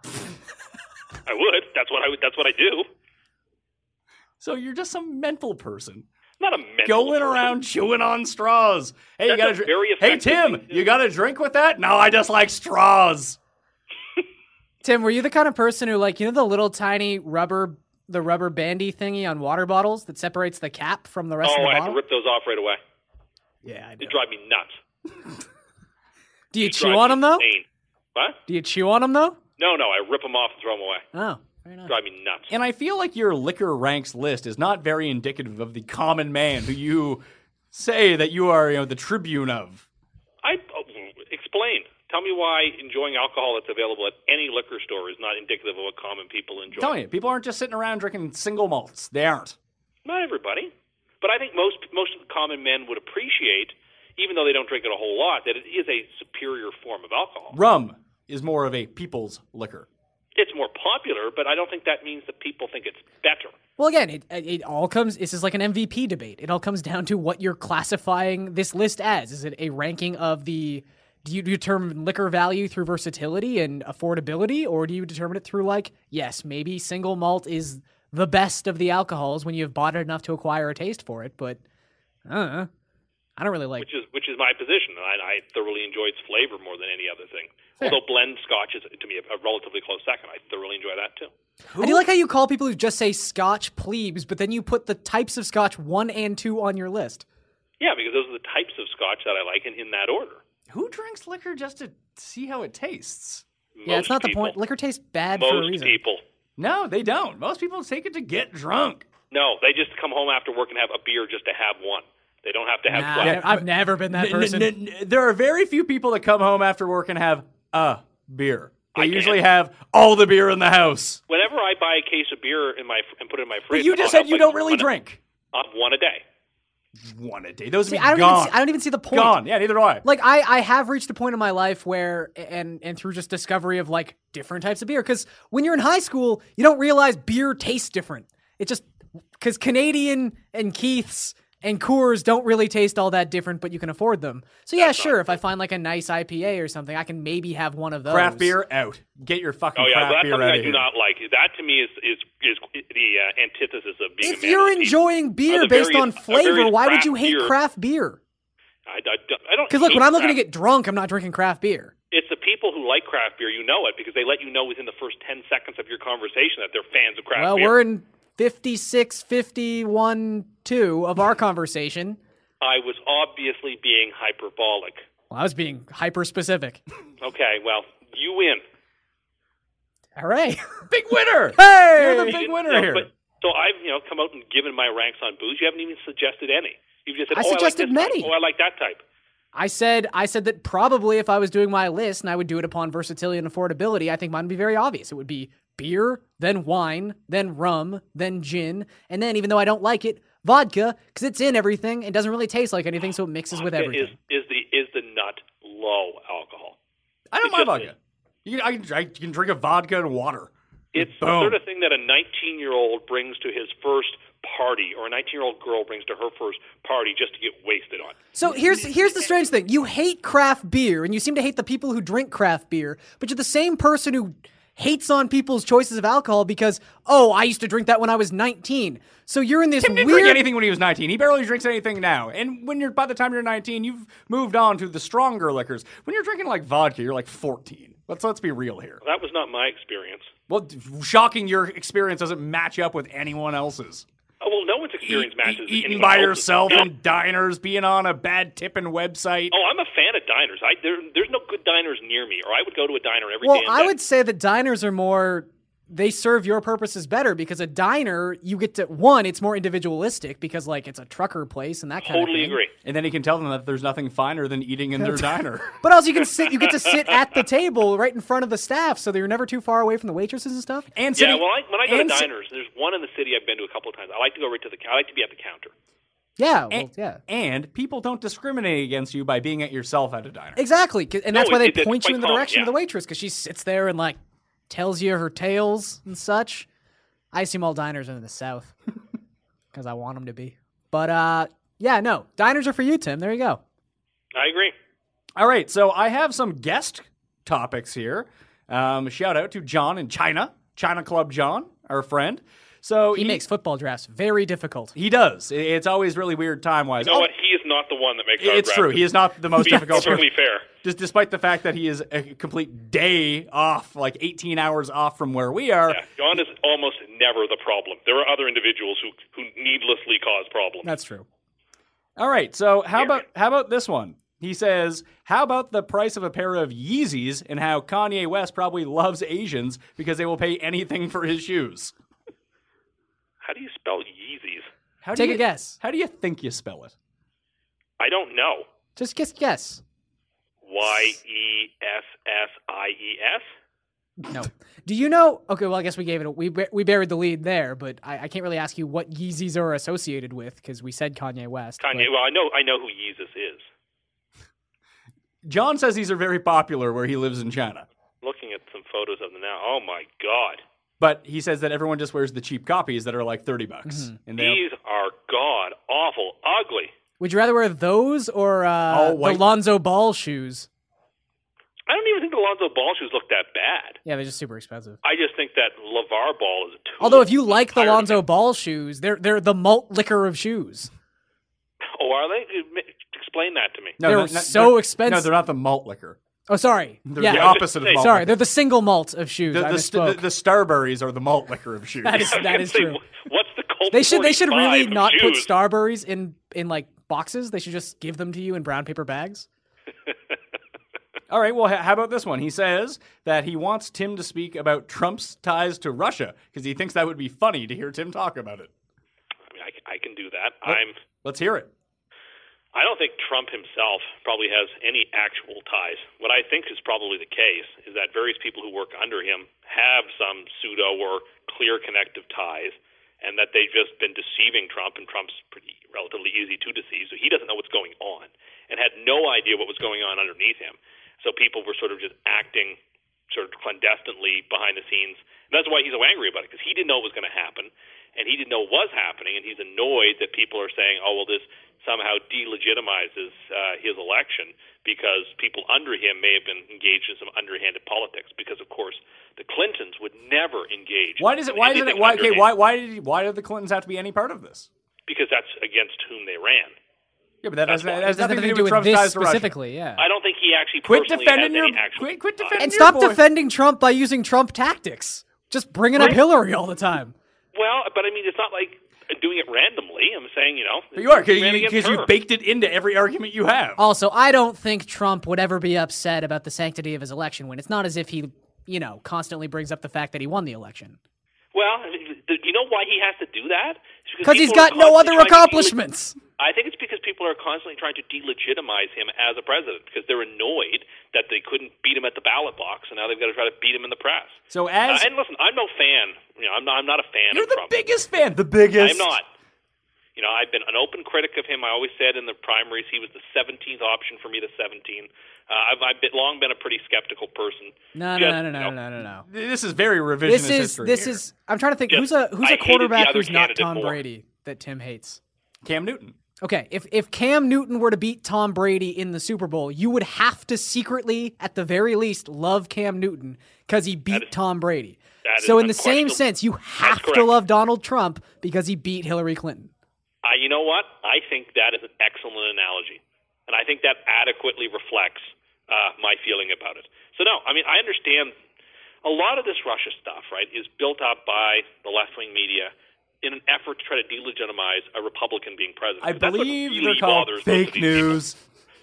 I would. That's what I would. That's what I do.
So you're just some mental person
I'm not a mental.
going
person.
around chewing on straws. Hey, you
That's
got
a
to
very
Hey
effective
Tim,
thing to
you
do.
got a drink with that? No, I just like straws.
Tim, were you the kind of person who like you know the little tiny rubber the rubber bandy thingy on water bottles that separates the cap from the rest
Oh,
of the
I have to
bottle?
rip those off right away.
yeah, I do.
It drive me nuts.
Do you
It
chew
drive
on
me
them though?
insane. What?
Do you chew on them though?
No, no. I rip them off and throw them away.
Oh, fair enough.
Drive me nuts.
And I feel like your liquor ranks list is not very indicative of the common man who you say that you are, you know, the tribune of.
I oh, explain. Tell me why enjoying alcohol that's available at any liquor store is not indicative of what common people enjoy.
Tell you, people aren't just sitting around drinking single malts. They aren't.
Not everybody, but I think most most common men would appreciate, even though they don't drink it a whole lot, that it is a superior form of alcohol.
Rum is more of a people's liquor.
It's more popular, but I don't think that means that people think it's better.
Well, again, it it all comes. This is like an MVP debate. It all comes down to what you're classifying this list as. Is it a ranking of the? Do you determine liquor value through versatility and affordability, or do you determine it through like, yes, maybe single malt is the best of the alcohols when you have bought it enough to acquire a taste for it? But uh, I don't really like.
which is which is my position. and I, I thoroughly enjoy its flavor more than any other thing. Although blend Scotch is to me a, a relatively close second. I thoroughly enjoy that too.
I do like how you call people who just say Scotch plebes, but then you put the types of Scotch one and two on your list.
Yeah, because those are the types of Scotch that I like, and in that order.
Who drinks liquor just to see how it tastes?
yeah,
Most
it's not the
people-
point. Liquor tastes bad for a
Most
reason.
people.
No, they don't. Most people take it to get drunk.
No, they just come home after work and have a beer just to have one. They don't have to have.
Nah,
one.
I've- I've never been that
N- n-
person.
n- n- there are very few people that come home after work and have a beer. They
I can't.
usually have all the beer in the house.
Whenever I buy a case of beer in my fr- and put it in my
But
fridge,
you just
I'll
said
have,
you
like,
don't really
one a-
drink.
I'll have one a day.
One a day. Those would
See,
be
I don't, even
gone.
see, I don't even see the point.
gone. Yeah, neither do I.
Like I, I have reached a point in my life where, and and through just discovery of like different types of beer, because when you're in high school, you don't realize beer tastes different. It just because Canadian and Keiths and Coors don't really taste all that different, but you can afford them. So yeah, sure. If I find like a nice IPA or something, I can maybe have one of those.
Craft beer out. Get your fucking
Oh yeah,
craft
that's
beer
something
out
I
of
do
here.
not like. That to me is is is the uh, antithesis of being.
If
a man
you're
with teeth.
enjoying beer
the
based
various-
on
are various
flavor, why would
craft
you hate
beer-
craft beer?
I, I don't- I don't.
Because look,
hate
when I'm looking to
craft
get drunk, I'm not drinking craft beer.
It's the people who like craft beer. You know it because they let you know within the first 10 seconds of your conversation that they're fans of craft
Well,
beer.
we're in 56, 51, 2 of our conversation.
I was obviously being hyperbolic.
Well, I was being hyper specific.
Okay, well, you win.
Hooray.
Big winner.
Hey!
You're the big winner
No,
here.
but- so I've, you know, come out and given my ranks on booze. You haven't even suggested any. You've just said,
I
oh, I like
suggested
this
many.
Type. Oh, I like that type.
I said I said that probably if I was doing my list and I would do it upon versatility and affordability, I think mine would be very obvious. It would be beer, then wine, then rum, then gin, and then even though I don't like it, vodka because it's in everything and doesn't really taste like anything, so it mixes with
Vodka
everything.
Is, is the is the nut low alcohol?
I don't mind
just-
vodka. You can, I can, I you can drink a vodka and water.
It's the
Boom.
sort of thing that a 19 year old brings to his first party, or a 19 year old girl brings to her first party just to get wasted on.
So here's here's the strange thing. You hate craft beer and you seem to hate the people who drink craft beer, but you're the same person who hates on people's choices of alcohol because oh, I used to drink that when I was 19. So you're in this
Tim didn't
weird
drink anything when he was 19. He barely drinks anything now. And when you're by the time you're 19, you've moved on to the stronger liquors. When you're drinking like vodka, you're like 14. Let's let's be real here.
That was not my experience.
Well, d- shocking your experience doesn't match up with anyone else's.
Oh, well, no one's experience matches.
E- eating
anyone
by
else's.
yourself
No.
in diners, being on a bad tipping website.
Oh, I'm a fan of diners. I there, there's no good diners near me, or I would go to a diner every
Well,
damn
I
day.
would say that diners are more they serve your purposes better because a diner you get to one, it's more individualistic because like it's a trucker place and that kind
totally
of thing.
agree.
And then he can tell them that there's nothing finer than eating in their diner.
But also you can sit you get to sit at the table right in front of the staff so that you're never too far away from the waitresses and stuff.
And
Yeah,
sitting-
well, I, when I go to
and sit-
diners, there's one in the city I've been to a couple of times. I like to go right to the. I like to be at the counter.
Yeah, well,
And,
yeah.
and people don't discriminate against you by being at yourself at a diner.
Exactly, 'cause- and
No,
that's why
it-
they
it- it's
point you
quite
in the
common,
direction
yeah.
of the waitress because she sits there and like tells you her tales and such. I assume all diners are in the South because I want them to be. But uh, yeah, no, diners are for you, Tim. There you go.
I agree.
All right, so I have some guest topics here. Um, shout out to John in China, China Club John, our friend. So
Mm-hmm.
He makes football drafts very difficult.
he does. I- It's always really weird time wise.
You know what? He is not the one that makes our
Oh. It's
draft.
true. He is not the most
Be
difficult. person.
perfectly fair.
just despite the fact that he is a complete day off, like 18 hours off from where we are.
Yeah, John is almost never the problem. There are other individuals who who needlessly cause problems.
That's true.
All right, so how
Yeah.
about how about this one? He says, "How about the price of a pair of Yeezys and how Kanye West probably loves Asians because they will pay anything for his shoes."
How do you spell Yeezys?
How do
Take
you-
a guess.
How do you think you spell it?
I don't know.
Just guess, guess.
Y E S S I E S.
No. Do you know? Okay, well, I guess we gave it. A, we bu- we buried the lead there, but I, I can't really ask you what Yeezys are associated with because we said Kanye West.
Kanye.
but-
Well, I know I know who Yeezus is.
John says these are very popular where he lives in China,
Looking at some photos of them now. Oh my God,
but he says that everyone just wears the cheap copies that are like 30 bucks.
Mm-hmm.
And they
these are god awful, ugly.
Would you rather wear those or
All
uh, the
white-
Lonzo Ball shoes?
I don't even think the Lonzo Ball shoes look that bad.
Yeah, they're just super expensive.
I just think that Levar Ball is a tool.
Although if you like the
Tired of
Lonzo
him.
Ball shoes, they're they're the malt liquor of shoes.
oh, are they? Explain that to me.
no,
they're
not- not-
so
they're-
expensive.
No, they're not the malt liquor.
Oh, sorry.
They're
yeah.
the opposit of
Hey,
malt
Sorry,
liquor.
they're the single malt of shoes.
The,
I
the,
misspoke.
st- the Starburys are the malt liquor of shoes.
that is
I was
that
gonna
is
say,
true.
wh- What's the cult?
They should they should
45
really
of
not put
Jews?
Starburys in in like boxes. They should just give them to you in brown paper bags.
All right, well, h- how about this one? He says that he wants Tim to speak about Trump's ties to Russia because he thinks that would be funny to hear Tim talk about it.
I, mean, I, I can do that. I'm.
Let's hear it.
I don't think Trump himself probably has any actual ties. What I think is probably the case is that various people who work under him have some pseudo or clear connective ties, and that they've just been deceiving Trump, and Trump's pretty relatively easy to deceive, so he doesn't know what's going on, and had no idea what was going on underneath him. So people were sort of just acting sort of clandestinely behind the scenes. And that's why he's so angry about it because he didn't know it was going to happen, and he didn't know it was happening, and he's annoyed that people are saying, "Oh, well, this somehow delegitimizes uh, his election because people under him may have been engaged in some underhanded politics." Because of course, the Clintons would never engage.
Why does it?
in
Why is it?
anything
Why, okay,
underhand
why? Why did? he- Why did the Clintons have to be any part of this?
Because that's against whom they ran.
Yeah, but that has,
why.
that
It
has
doesn't
nothing
have
to do with Trump's
this
ties to Russia.
specifically. Yeah.
I don't think he actually
Quit
personally
defending
has any
your-
actual uh,
quit- quit
ties.
defending
and
your
stop
boy.
defending Trump by using Trump tactics. Just bringing up Hillary all the time.
Well, but I mean, it's not like doing it randomly. I'm saying, you know,
But you are
he ran against
because you
her.
baked it into every argument you have.
Also, I don't think Trump would ever be upset about the sanctity of his election when it's not as if he, you know, constantly brings up the fact that he won the election.
Well, do you know why he has to do that? It's
Because he's
people are
got no other
constantly trying to
accomplishments.
dele- I think it's because people are constantly trying to delegitimize him as a president because they're annoyed that they couldn't beat him at the ballot box, and now they've got to try to beat him in the press.
So as
Uh, and listen, I'm no fan. You know, I'm not, I'm not a fan
you're
of
the
Trump.
biggest fan, the biggest.
I'm not. You know, I've been an open critic of him. I always said in the primaries he was the 17th option for me to 17. Uh, I've, I've been, long been a pretty skeptical person.
No,
Just,
no, no,
you
no,
know,
no, no, no, no.
This is very revisionist
This is
history.
this
here.
is. I'm trying to think.
Just-
Who's a who's
I
a
hated the
quarterback
other
who's not
candidate
Tom
more.
Brady that Tim hates?
Cam Newton.
Okay, if if Cam Newton were to beat Tom Brady in the Super Bowl, you would have to secretly, at the very least, love Cam Newton because he beat Tom Brady.
that is
So in the same
unquestionable.
sense, you have to
correct.
love Donald Trump because he beat Hillary Clinton.
Uh, you know what? I think that is an excellent analogy, and I think that adequately reflects uh, my feeling about it. So no, I mean I understand a lot of this Russia stuff, right, is built up by the left wing media in an effort to try to delegitimize a Republican being president.
I
'Cause that's what
believe
really
they're called
bothers most of
fake
these people.
news.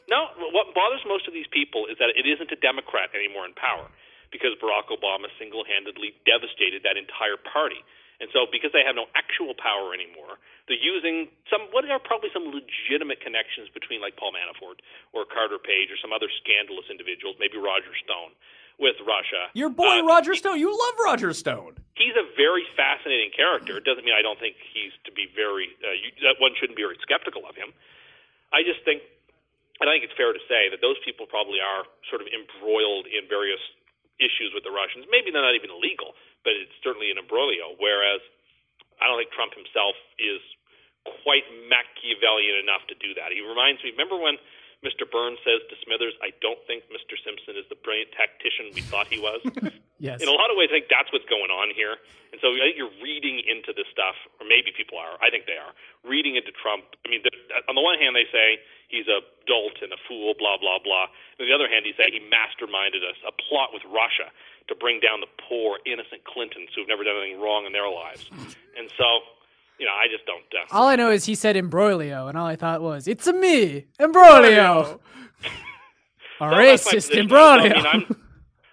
No, what bothers most of these people is that it isn't a Democrat anymore in power because Barack Obama single handedly devastated that entire party. And so, because they have no actual power anymore, they're using some what are probably some legitimate connections between like Paul Manafort or Carter Page or some other scandalous individuals, maybe Roger Stone, with Russia.
Your boy
Uh,
Roger Stone. You love Roger Stone.
he's a very fascinating character. It doesn't mean I don't think he's to be very uh, you, that one shouldn't be very skeptical of him. I just think, and I think it's fair to say that those people probably are sort of embroiled in various issues with the Russians. Maybe they're not even illegal, but it's certainly an imbroglio. Whereas I don't think Trump himself is quite Machiavellian enough to do that. He reminds me. Remember when? Mr. Burns says to Smithers, I don't think Mr. Simpson is the brilliant tactician we thought he was.
Yes.
In a lot of ways, I think that's what's going on here. And so I think you're reading into this stuff, or maybe people are. I think they are reading into Trump. I mean, th- on the one hand, they say he's a dolt and a fool, blah blah blah. On the other hand, he say he masterminded us a plot with Russia to bring down the poor innocent Clintons who've never done anything wrong in their lives. And so, you know, I just don't. Uh,
All I know is he said imbroglio, and all I thought was, it's a me, imbroglio. a
That's my
racist
position. I
imbroglio.
mean, I'm,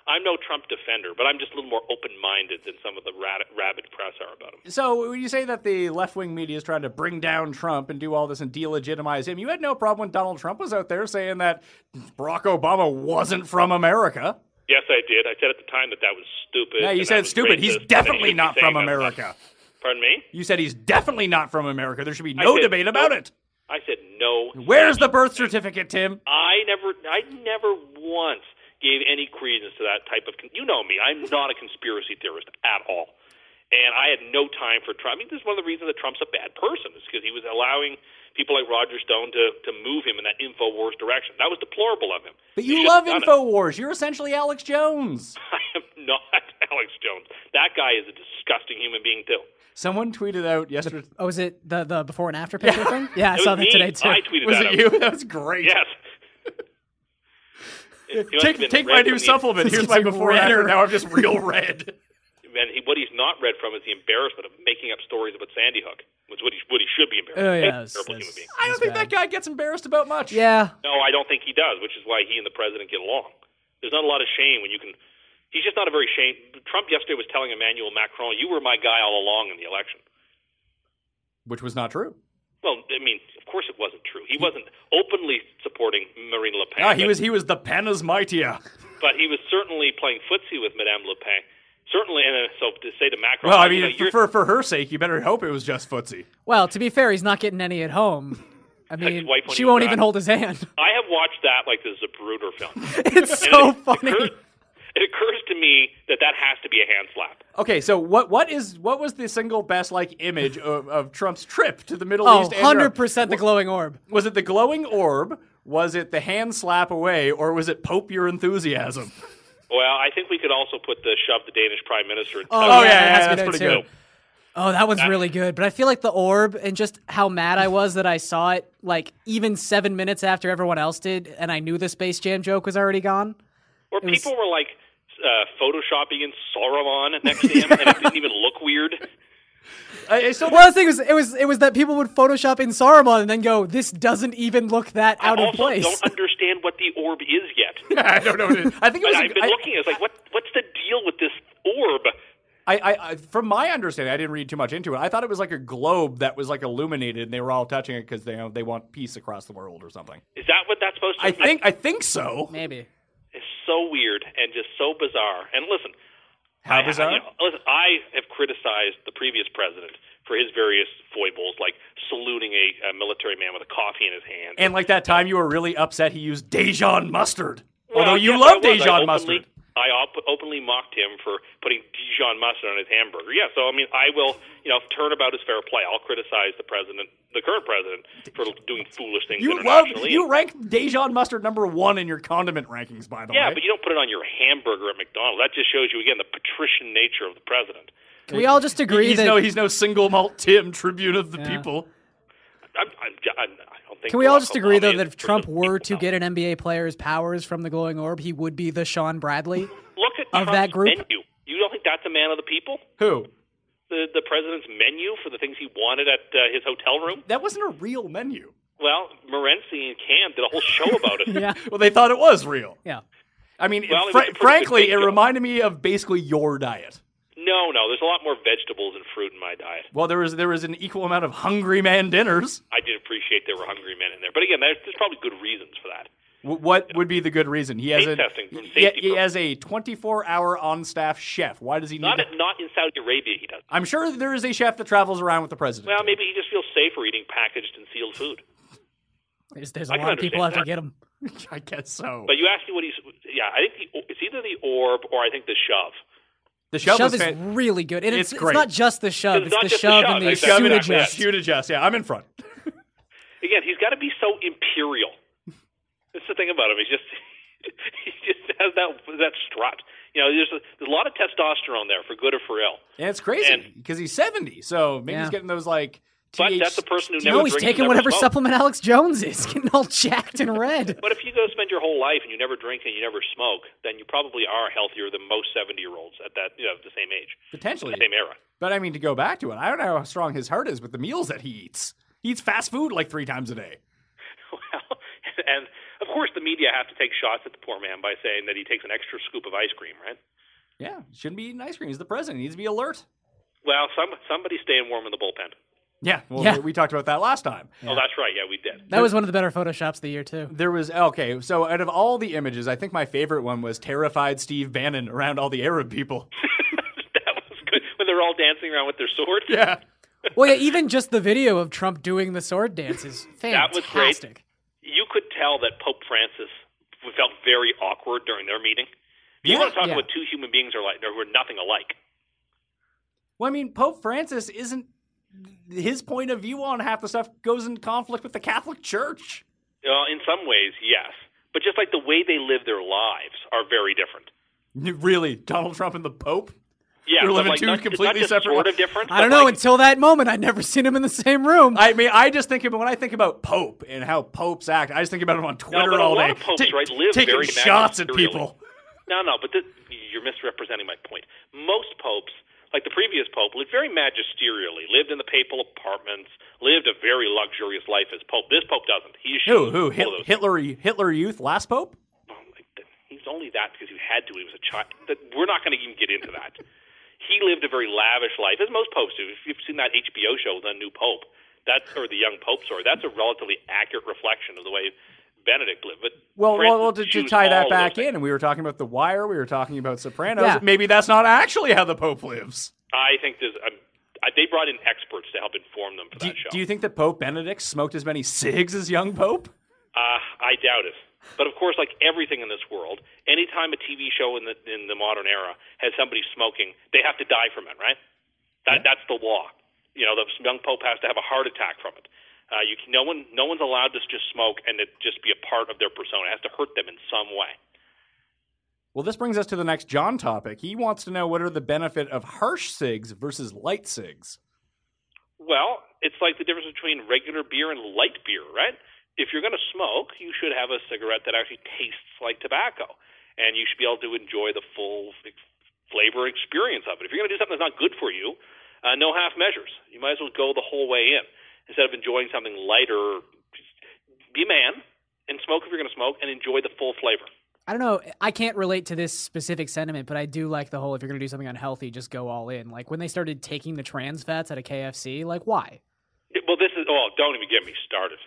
I'm no Trump defender, but I'm just a little more open-minded than some of the rad- rabid press are about him.
So when you say that the left wing media is trying to bring down Trump and do all this and delegitimize him, you had no problem when Donald Trump was out there saying that Barack Obama wasn't from America.
Yes, I did. I said at the time that that was stupid.
Yeah,
and I
you said
was
stupid. He's
racist, and
definitely
then you
not
keep saying
from
that stuff.
America.
Pardon me?
You said he's definitely not from America. There should be no
said
debate about
no.
it.
I said no.
Where's the birth certificate, Tim?
I never, I never once gave any credence to that type of. Con- you know me. I'm not a conspiracy theorist at all, and I had no time for Trump. I mean, this is one of the reasons that Trump's a bad person is because he was allowing people like Roger Stone to to move him in that Infowars direction. That was deplorable of him.
But
He
you
shouldn't
love
have done it.
InfoWars. You're essentially Alex Jones.
I am not Alex Jones. That guy is a disgusting human being too.
Someone tweeted out yesterday.
oh, was it the, the before and after picture thing? Yeah, I
It
saw
was
that
me.
today too.
I tweeted
Was
that out.
it you? That was great.
Yes. He must have
Take,
been
take my
red
new
from the-
supplement. Here's my before and after. Now I'm just real red.
And he, what he's not read from is the embarrassment of making up stories about Sandy Hook, which what he, what he should be embarrassed.
Oh,
of.
yeah,
He's a
that's-
terrible
that's-
human being.
I don't think that guy gets embarrassed about much.
yeah,
No, I don't think he does, which is why he and the president get along. There's not a lot of shame when you can. He's just not a very shame. Trump yesterday was telling Emmanuel Macron, "You were my guy all along in the election."
Which was not true.
Well, I mean, of course it wasn't true. He wasn't openly supporting Marine Le Pen.
Yeah, Ah, he
but-
was he was the panasmitia.
but he was certainly playing footsie with Madame Le Pen. Certainly, and uh, so to say to Macron,
Well, I
you know,
mean,
you're-
for for her sake, you better hope it was just footsie.
Well, to be fair, he's not getting any at home. I mean,
wife won't
she
even
won't
drive.
even hold his hand.
I have watched that like this is a Bruder film.
It's
And
so
it,
funny.
Occurs, it occurs to me that that has to be a hand slap.
Okay, so what what is what was the single best like image of, of Trump's trip to the Middle
Oh,
East? and Europe?
100% the glowing orb.
Was it the glowing orb? Was it the hand slap away, or was it Pope your enthusiasm?
Well, I think we could also put the shove the Danish prime minister. In
Oh,
Oh,
yeah,
yeah,
that has
yeah,
to be
that's
there,
pretty
too.
good.
Oh, that one's really good. But I feel like the orb and just how mad I was that I saw it, like even seven minutes after everyone else did, and I knew the Space Jam joke was already gone.
or people were like uh, photoshopping in Saruman next to him, and it didn't even look weird.
I, I still
Well, the thing was, it was it was that people would Photoshop in Saruman and then go, "This doesn't even look that out
I
of
also
place."
don't understand what the orb is yet.
I don't know. What it is. I think it
But
was. a-
I've been
I-
looking. It's like, what? What's the deal with this orb?
I, I, I, from my understanding, I didn't read too much into it. I thought it was like a globe that was like illuminated, and they were all touching it because they they want peace across the world or something.
Is that what that's supposed to?
I think I think so.
Maybe.
It's so weird and just so bizarre. And listen,
How
I-
bizarre!
I, you know, listen, I have criticized the previous president for his various foibles, like saluting a, a military man with a coffee in his hand.
And like that time, you were really upset he used Dijon mustard.
Well,
Although you
yes, I
love
was. I
Dijon
openly-
mustard.
I op- openly mocked him for putting Dijon mustard on his hamburger. Yeah, so I mean, I will, you know, turnabout is fair play. I'll criticize the president, the current president, for doing foolish things
You love
internationally.
you rank Dijon mustard number one in your condiment rankings, by the
yeah,
way.
but you don't put it on your hamburger at McDonald's. That just shows you again the patrician nature of the president.
Can we all just agree
he's
that?
no he's no single malt Tim Tribune of the
Yeah.
people.
I'm, I'm, I'm, I don't think
can we all
Barack
just agree though
Obama
that
is
if Trump
the
were
person
to get an NBA player's powers from the glowing orb, he would be the Sean Bradley?
look at
of
Trump's
that group?
menu. You don't think that's a man of the people?
Who?
The the president's menu for the things he wanted at uh, his hotel room.
That wasn't a real menu.
Well, Morency and Cam did a whole show about it.
yeah.
Well, they thought it was real.
Yeah.
I mean, it-
Well, it was
fr-
a pretty good
frankly, it
video.
reminded me of basically your diet.
No, no, there's a lot more vegetables and fruit in my diet.
Well, there was there was an equal amount of hungry man dinners.
I did appreciate there were hungry men in there, but again, there's, there's probably good reasons for that.
W- what would be the good reason? He has
Taste
a
testing from
he,
safety
he has a 24-hour on-staff chef. Why does he need?
Not
to-
at, not in Saudi Arabia. He does.
I'm sure there is a chef that travels around with the president.
Well, maybe he just feels safer eating packaged and sealed food.
There's, there's
I
a
can
lot of people out
understand
to get him.
I guess so.
But you asked me what he's. Yeah, I think the, it's either the orb or I think the shove.
the
Shove,
shove,
is
fan-
really good. And it's,
It's
it's,
great.
not just the shove,
It's
it's,
not
the
just the
shove
shove,
and the
it's the shove and
shoot
the
Yeah,
adjust.
shove.
shoot adjust. Yeah, I'm in front.
Again, he's got to be so imperial. That's the thing about him. He's just he just has that that strut. You know, there's a, there's a lot of testosterone there for good or for ill.
And it's crazy
And-
because he's 70, so maybe he's
Yeah.
getting those like.
But
TH
that's a person who
No,
never
he's
drinks,
taking
never
whatever
smokes.
supplement Alex Jones is, getting all jacked and red.
But if you go spend your whole life and you never drink and you never smoke, then you probably are healthier than most seventy year olds at that you know the same age,
potentially.
same era.
But I mean, to go back to it, I don't know how strong his heart is with the meals that he eats. He eats fast food like three times a day.
Well, and of course the media have to take shots at the poor man by saying that he takes an extra scoop of ice cream, right?
Yeah, shouldn't be eating ice cream. He's the president. He needs to be alert.
Well, some somebody's staying warm in the bullpen.
Yeah, well,
Yeah.
we- we talked about that last time.
Oh, that's right. Yeah, we did.
That was one of the better photoshops of the year, too.
There was okay. So out of all the images, I think my favorite one was terrified Steve Bannon around all the Arab people.
that was good when they're all dancing around with their swords.
Yeah,
Well, yeah, even just the video of Trump doing the sword dance is
That was
fantastic.
great. You could tell that Pope Francis felt very awkward during their meeting. You
Yeah,
want to talk
yeah.
about two human beings are like who are nothing alike.
Well, I mean, Pope Francis isn't his point of view on half the stuff goes in conflict with the Catholic Church.
Uh, in some ways, yes, but just like the way they live their lives are very different.
Really, Donald Trump and the Pope?
Yeah,
They're
but,
living
like,
two
not- it's
completely
not just
separate
Sort of
lives.
different.
I don't
but,
know.
like,
until that moment, I'd never seen him in the same room.
I mean, I just think about when I think about Pope and how popes act. I just think about him on Twitter
but a
all
lot
day,
of popes,
take-
right, live
taking
very
shots at
magisterially.
people.
No, no, but this, you're misrepresenting my point. Most popes, like the previous pope, lived very magisterially, lived in the papal apartments, lived a very luxurious life as pope. This pope doesn't. He's
Who? Who? Hit, Hitler? Hitler Youth? Last Pope?
He's only that because he had to. He was a child. That- We're not going to even get into that. He lived a very lavish life, as most popes do. If you've seen that HBO show, The New Pope, that's or the Young Pope, sorry, that's a relatively accurate reflection of the way Benedict lived. But
Well,
Francis
well, well, to, to
eschewed
tie
all
that
those
back
things.
in, and we were talking about The Wire, we were talking about Sopranos.
Yeah.
Maybe that's not actually how the Pope lives.
I think there's. Um, I, they brought in experts to help inform them for
Do,
that show.
do you think that Pope Benedict smoked as many cigs as young Pope?
uh, I doubt it. But of course, like everything in this world, anytime a TV show in the in the modern era has somebody smoking, they have to die from it, right? That, That's the law. You know, the young pope has to have a heart attack from it. Uh, you can, no one, no one's allowed to just smoke and it just be a part of their persona. It has to hurt them in some way.
Well, this brings us to the next John topic. He wants to know what are the benefit of harsh cigs versus light cigs.
Well, it's like the difference between regular beer and light beer, right? If you're going to smoke, you should have a cigarette that actually tastes like tobacco, and you should be able to enjoy the full f- flavor experience of it. If you're going to do something that's not good for you, uh, no half measures. You might as well go the whole way in instead of enjoying something lighter. Be a man and smoke if you're going to smoke, and enjoy the full flavor.
I don't know. I can't relate to this specific sentiment, but I do like the whole if you're going to do something unhealthy, just go all in. Like when they started taking the trans fats out of KFC, like why?
Well, this is oh, don't even get me started.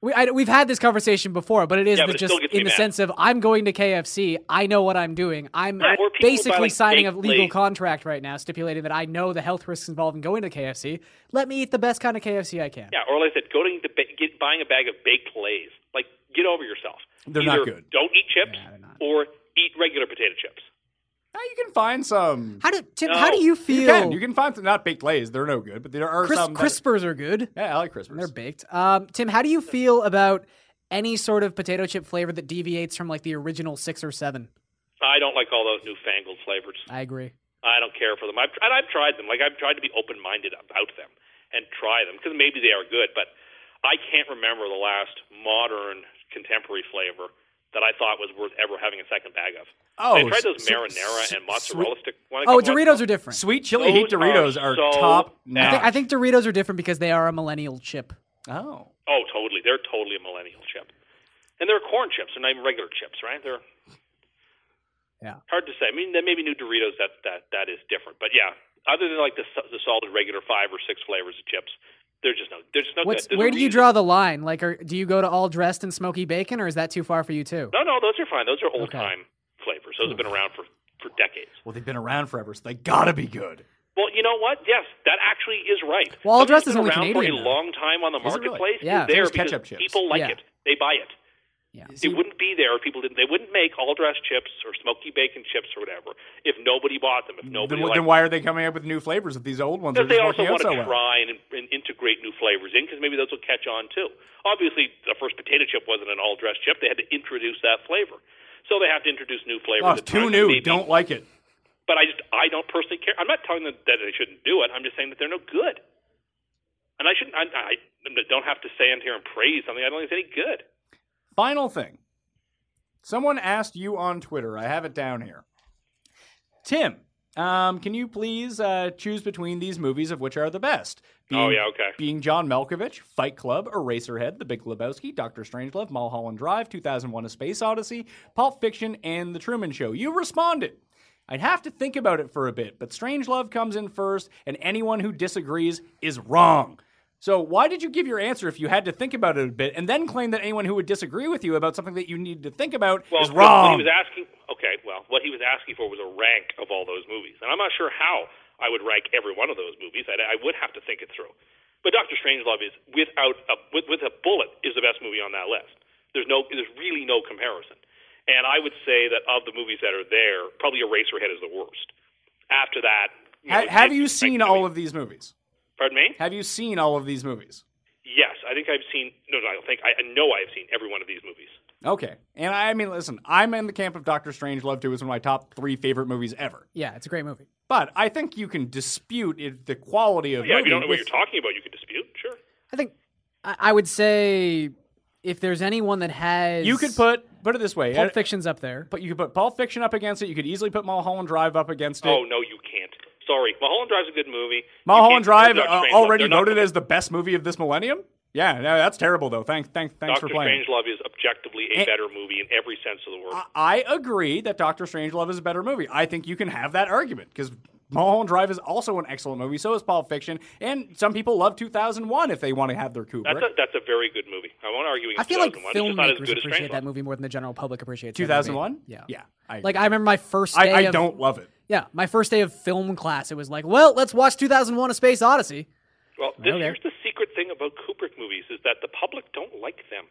We, I, we've had this conversation before, but it is
Yeah,
the
but it
just
still gets me
in the
mad.
sense of I'm going to KFC. I know what I'm doing. I'm
Right, or people who buy,
basically
like,
signing a
fake
legal
Lay's.
contract right now, stipulating that I know the health risks involved in going to KFC. Let me eat the best kind of KFC I can.
Yeah, or like I said, go to the ba- get buying a bag of baked lays. Like, get over yourself.
They're
Either
not good.
Don't eat chips,
they're not.
or eat regular potato chips.
Now you can find some.
How do Tim,
No,
how do you feel?
You can. You can find some, not baked lays. They're no good, but there are
Cris-
some. that-
crispers are good.
yeah, I like crispers.
They're baked. Um, Tim, how do you feel about any sort of potato chip flavor that deviates from like the original six or seven?
I don't like all those newfangled flavors.
I agree.
I don't care for them. I've and I've tried them. Like I've tried to be open minded about them and try them because maybe they are good, but I can't remember the last modern contemporary flavor that I thought was worth ever having a second bag of.
Oh,
I tried those
s- s-
marinara
s-
and mozzarella
sweet-
stick. One
Oh, Doritos are different.
Sweet chili heat
Those
Doritos
are
are,
so
top
bad.
I,
notch.
think, I think Doritos are different because they are a millennial chip.
Oh,
Oh, totally. They're totally a millennial chip. And they're corn chips. They're not even regular chips, right? They're
Yeah.
hard to say. I mean, there may be new Doritos that that that is different, but yeah. Other than like the s- the solid regular five or six flavors of chips, They're just no. They're just no
What's
good. There's a
where do you
reason.
draw the line? Like, are, do you go to all dressed in smoky bacon, or is that too far for you too?
No, no, those are fine. Those are old
Okay.
time flavors. Those have been around for for decades.
Well, they've been around forever, so they gotta be good.
Well, you know what? Yes, that actually is right.
Well, all
Something
dressed
that's
is
been
only
around
Canadian,
for a
though.
long time on the
Is it really?
marketplace.
Yeah.
is there
There's
because
ketchup chips.
people like
Yeah.
it. They buy it.
See,
it wouldn't be there if people didn't. They wouldn't make all dressed chips or smoky bacon chips or whatever if nobody bought them. If
then,
nobody
wh-
liked
then why are they coming up with new flavors if these old ones are
because they
just
also
working out
want
so
to
well? Oh,
try and, and integrate new flavors in, because maybe those will catch on too. Obviously, the first potato chip wasn't an all-dressed chip; they had to introduce that flavor, so they have to introduce new
Oh,
flavors.
it's
at times,
too new.
maybe.
Don't like it.
But I just I don't personally care. I'm not telling them that they shouldn't do it. I'm just saying that they're no good, and I shouldn't. I, I don't have to stand here and praise something I don't think is any good.
Final thing. Someone asked you on Twitter. I have it down here. Tim, um, can you please uh, choose between these movies of which are the best?
Oh, yeah, okay.
Being John Malkovich, Fight Club, Eraserhead, The Big Lebowski, Doctor Strangelove, Mulholland Drive, 2001: A Space Odyssey, Pulp Fiction, and The Truman Show. You responded. I'd have to think about it for a bit, but Strangelove comes in first, and anyone who disagrees is wrong. So why did you give your answer if you had to think about it a bit, and then claim that anyone who would disagree with you about something that you need to think about
Well,
is
what-
wrong?
What he was asking, okay, well, what he was asking for was a rank of all those movies, and I'm not sure how I would rank every one of those movies. I'd, I would have to think it through. But Doctor Strangelove is without a, with, with a bullet is the best movie on that list. There's no, there's really no comparison. And I would say that of the movies that are there, probably Eraserhead is the worst. After that, you
Ha-
know,
have
it's-
you
it's
seen
like-
all of these movies?
Pardon me.
Have you seen all of these movies?
Yes, I think I've seen. No, no, I don't think. I, I know I've seen every one of these movies.
Okay. And I mean, listen, I'm in the camp of Doctor Strangelove too. It's one of my top three favorite movies ever.
Yeah, it's a great movie.
But I think you can dispute it, the quality of
Yeah, if you don't know what
movie
you're
with-
talking about, you could dispute. Sure.
I think I, I would say if there's anyone that has
You could put put it this way.
Pulp
uh,
Fiction's up there.
But you could put Pulp Fiction up against it. You could easily put Mulholland Drive up against it.
Oh no, you can't. Sorry, Mulholland Drive's a good movie. You
Mulholland
can't compare
Drive
Dr.
uh,
Strangelove.
already
They're not
voted
good.
as the best movie of this millennium. Yeah, no, that's terrible though. Thanks, thanks, thanks
Doctor
for playing.
Strangelove is objectively a
And-
better movie in every sense of the word.
I, I agree that Doctor Strangelove is a better movie. I think you can have that argument because Mulholland Drive is also an excellent movie. So is Pulp Fiction, and some people love 2001 if they want to have their Kubrick.
that's a, that's a very good movie. I won't argue
I
against
feel like
2001. It's just not as
filmmakers
good as
appreciate that
Strangelove.
movie more than the general public appreciates. that movie.
2001.
Yeah.
yeah. I,
Like I remember my first.
I,
Day
I
of-
don't love it.
Yeah, my first day of film class, it was like, well, let's watch 2001: A Space Odyssey.
Well, this,
Okay.
here's the secret thing about Kubrick movies is that the public don't like them.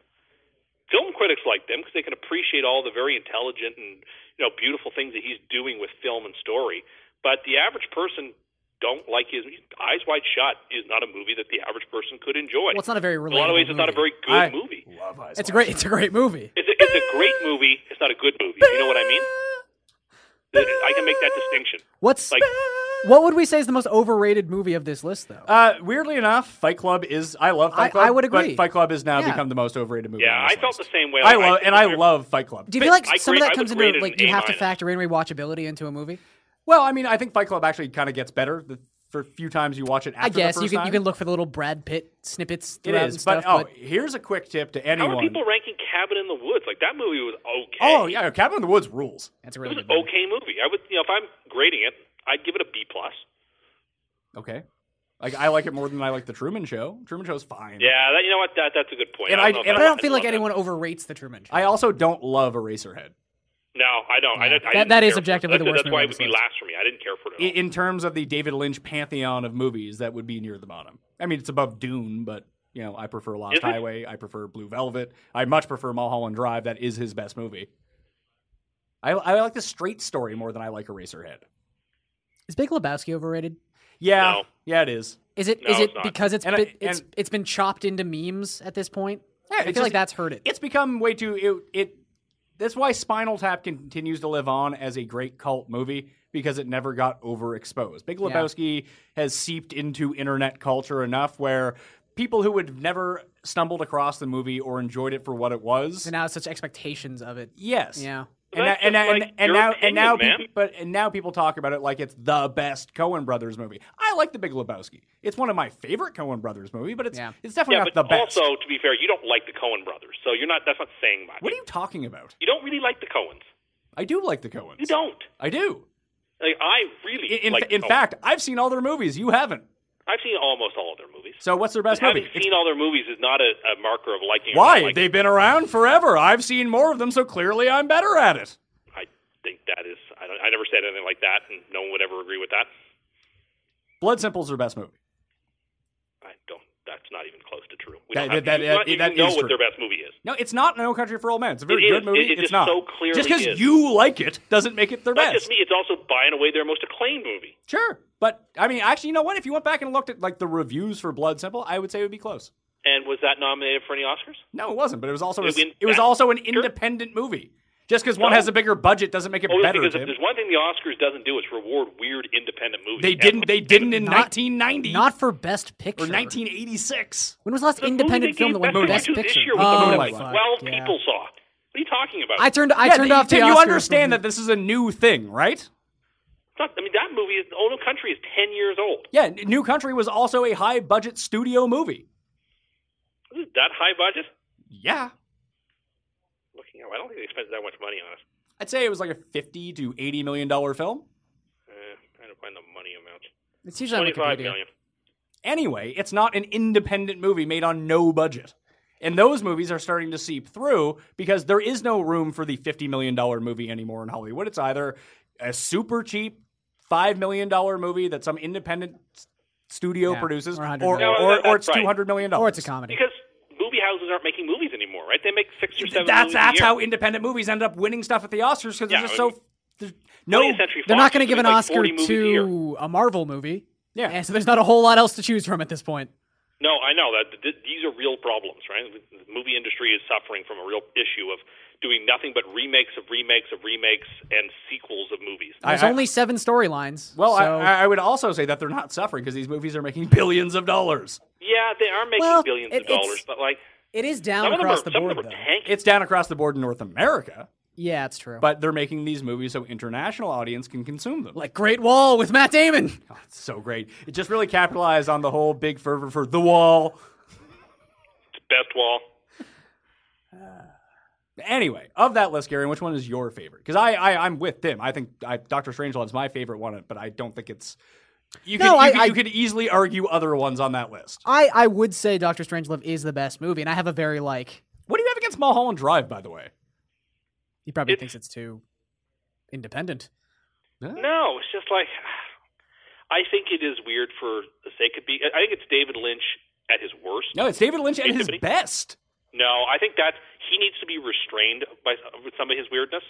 Film critics like them because they can appreciate all the very intelligent and you know beautiful things that he's doing with film and story. But the average person don't like his Eyes Wide Shut is not a movie that the average person could enjoy.
Well, it's not a very
In a lot of ways, it's not a very
relatable
I
good movie.
love Eyes
It's a
Wide
great. It's a great movie.
It's a, it's a great movie. It's not a good movie. You know what I mean? I can make that distinction.
What's
Like,
what would we say is the most overrated movie of this list, though?
Shut. Uh, weirdly enough, Fight Club is. I love
I-
Fight Club.
I would
but
agree.
Fight Club has now
Yeah.
become the most overrated movie.
yeah,
on
I
this
felt
list.
the same way.
I
Like,
love, and I
there-
love Fight Club.
Do you feel like
I
some
grade-
of
I
that comes
would
into
grade it
like
an
you
A
have to
minus.
factor in rewatchability into a movie?
Well, I mean, I think Fight Club actually kind of gets better the for few times you watch it. After
I guess
the
you
first
can you
time.
can look for the little Brad Pitt snippets
It
throughout
is,
and stuff.
but oh, here's a quick tip to
How
anyone.
are people ranking Cabin in the Woods? Like that movie was okay.
Oh yeah, Cabin in the Woods rules.
that's
it
a really
was
good
an
movie.
okay movie. I would, you know, if I'm grading it, I'd give it a B plus.
Okay, like I like it more than I like the Truman Show. Truman Show's fine.
Yeah, that, you know what? That, that's a good point.
And
I
I-
don't, know if
and
But I don't feel like
love
anyone overrates the Truman Show.
I also don't love Eraserhead
No, I don't. I
Yeah.
don't I
That-
didn't
that is
care for it.
objectively the
That's-
worst
That's why it
movie
would
on
be
this
last for me. I didn't care for it.
I-
At all.
in terms of the David Lynch pantheon of movies that would be near the bottom. I mean, it's above Dune, but you know, I prefer Lost
Is it?
Highway. I prefer Blue Velvet. I much prefer Mulholland Drive. That is his best movie. I, I like the straight story more than I like Eraserhead.
Is Big Lebowski overrated?
Yeah,
No.
yeah, it is.
Is it is
No,
it
it's not.
because it's
And I-
been, it's
and-
it's been chopped into memes at this point?
Yeah,
I
it
feel
just-
like that's hurt it.
it's become way too it, it that's why Spinal Tap continues to live on as a great cult movie because it never got overexposed. Big
Yeah.
Lebowski has seeped into internet culture enough where people who would have never stumbled across the movie or enjoyed it for what it was.
and now such expectations of it.
yes.
Yeah.
And, now,
That's
and,
just
now- and,
like
and
your
now and
opinion,
now
man.
people, but and now people talk about it like it's the best Cohen Brothers movie. I like The Big Lebowski. It's one of my favorite Cohen Brothers movie, but it's
Yeah.
it's definitely
yeah,
not
but
the best.
also to be fair, you don't like the Cohen brothers, so you're not. That's not saying much.
what are you talking about?
You don't really like the Cohens.
I do like the Coens.
You don't.
I do.
Like, I really
In, in,
like oh.
in
Coen.
fact, I've seen all their movies. You haven't.
I've seen almost all of their movies.
So what's their best movie?
Having seen all their movies is not a, a marker of liking. or
Why?
not liking.
They've been around forever. I've seen more of them, so clearly I'm better at it.
I think that is. I, don't, I never said anything like that, and no one would ever agree with that.
Blood Simple's their best movie.
I don't. That's not even close to true. We
That-
don't have,
that-
to-
that-
not even
that
know
is
what
true.
their best movie is.
No, it's not No Country for Old Men. It's a very
It
good
is.
movie.
It- it
it's
just
not.
so clearly
just because
is.
you like it doesn't make it their
Not
best.
just me. It's also buying away their most acclaimed movie.
Sure. But I mean, actually, you know what? If you went back and looked at like the reviews for Blood Simple, I would say it would be close.
And was that nominated for any Oscars?
No, it wasn't. But it was also a,
It would be-
it was also an
Sure.
independent movie. Just because one
No.
has a bigger budget doesn't make it
Oh,
better.
because if
Tim.
there's one thing the Oscars doesn't do, it's reward weird independent movies.
They didn't. They didn't in
Not-
1990
Not for Best Picture.
or 1986.
When was the last
The movie
independent
they
film that
gave
went
Best
for Best
Picture
Picture?
this year was
Oh,
the
my
movie that
fuck,
twelve
yeah.
people saw. What are you talking about?
I turned. I
yeah,
turned
you-
off
Tim,
the
you
Oscars
understand that
when-
this is a new thing, right?
It's not- I mean, that movie is Old Country is ten years old.
Yeah, N- New Country was also a high budget studio movie.
Is it that high budget?
Yeah.
Looking at, I don't think they spent that much money on it.
I'd say it was like a 50 to 80 million dollar film.
Eh, trying to find the money amount.
It's usually on
Twenty-five
Wikipedia.
million.
Anyway, it's not an independent movie made on no budget. And those movies are starting to seep through because there is no room for the $50 million movie anymore in Hollywood. It's either a super cheap $5 million movie that some independent s- studio
Yeah,
produces,
or
or,
$100
or,
million.
No,
or it's
that's right.
$200 million.
Or it's a comedy.
Because movie houses aren't making movies anymore, right? They make six or seven.
That's,
movies
that's
a year.
how independent movies end up winning stuff at the Oscars because they're
Yeah,
just
I
so.
mean,
there's No,
20th Century
They're not
Fox
going to
is
give an
like
Oscar
40 movies a year.
to a Marvel movie.
Yeah.
And so there's not a whole lot else to choose from at this point.
No, I know that th- these are real problems, right? The movie industry is suffering from a real issue of doing nothing but remakes of remakes of remakes and sequels of movies.
I-
There's
I-
only seven storylines.
Well, I
so-
I, I would also say that they're not suffering because these movies are making billions of dollars.
Yeah, they are making
Well,
billions
it-
of dollars,
it's-
but like
it is down
some of them
across
are
the
some of
board,
them
though.
are tanking.
It's down across the board in North America,
Yeah, it's true.
but they're making these movies so international audience can consume them.
like Great Wall with Matt Damon.
Oh, it's so great. It just really capitalized on the whole big fervor for The Wall.
It's best wall.
Anyway, of that list, Gary, which one is your favorite? Because I, I, I'm with Tim. I think I, Doctor Strangelove is my favorite one, but I don't think it's. You could,
No,
you,
I-
could,
I-
you could easily argue other ones on that list.
I, I would say Doctor Strangelove is the best movie, and I have a very like
What do you have against Mulholland Drive, by the way?
he probably
It's-
thinks it's too independent.
No, it's just like I think it is weird for the sake of being. I think it's David Lynch at his worst.
No, it's David Lynch at his
Creativity?
best.
No, I think that he needs to be restrained by s- with some of his weirdness,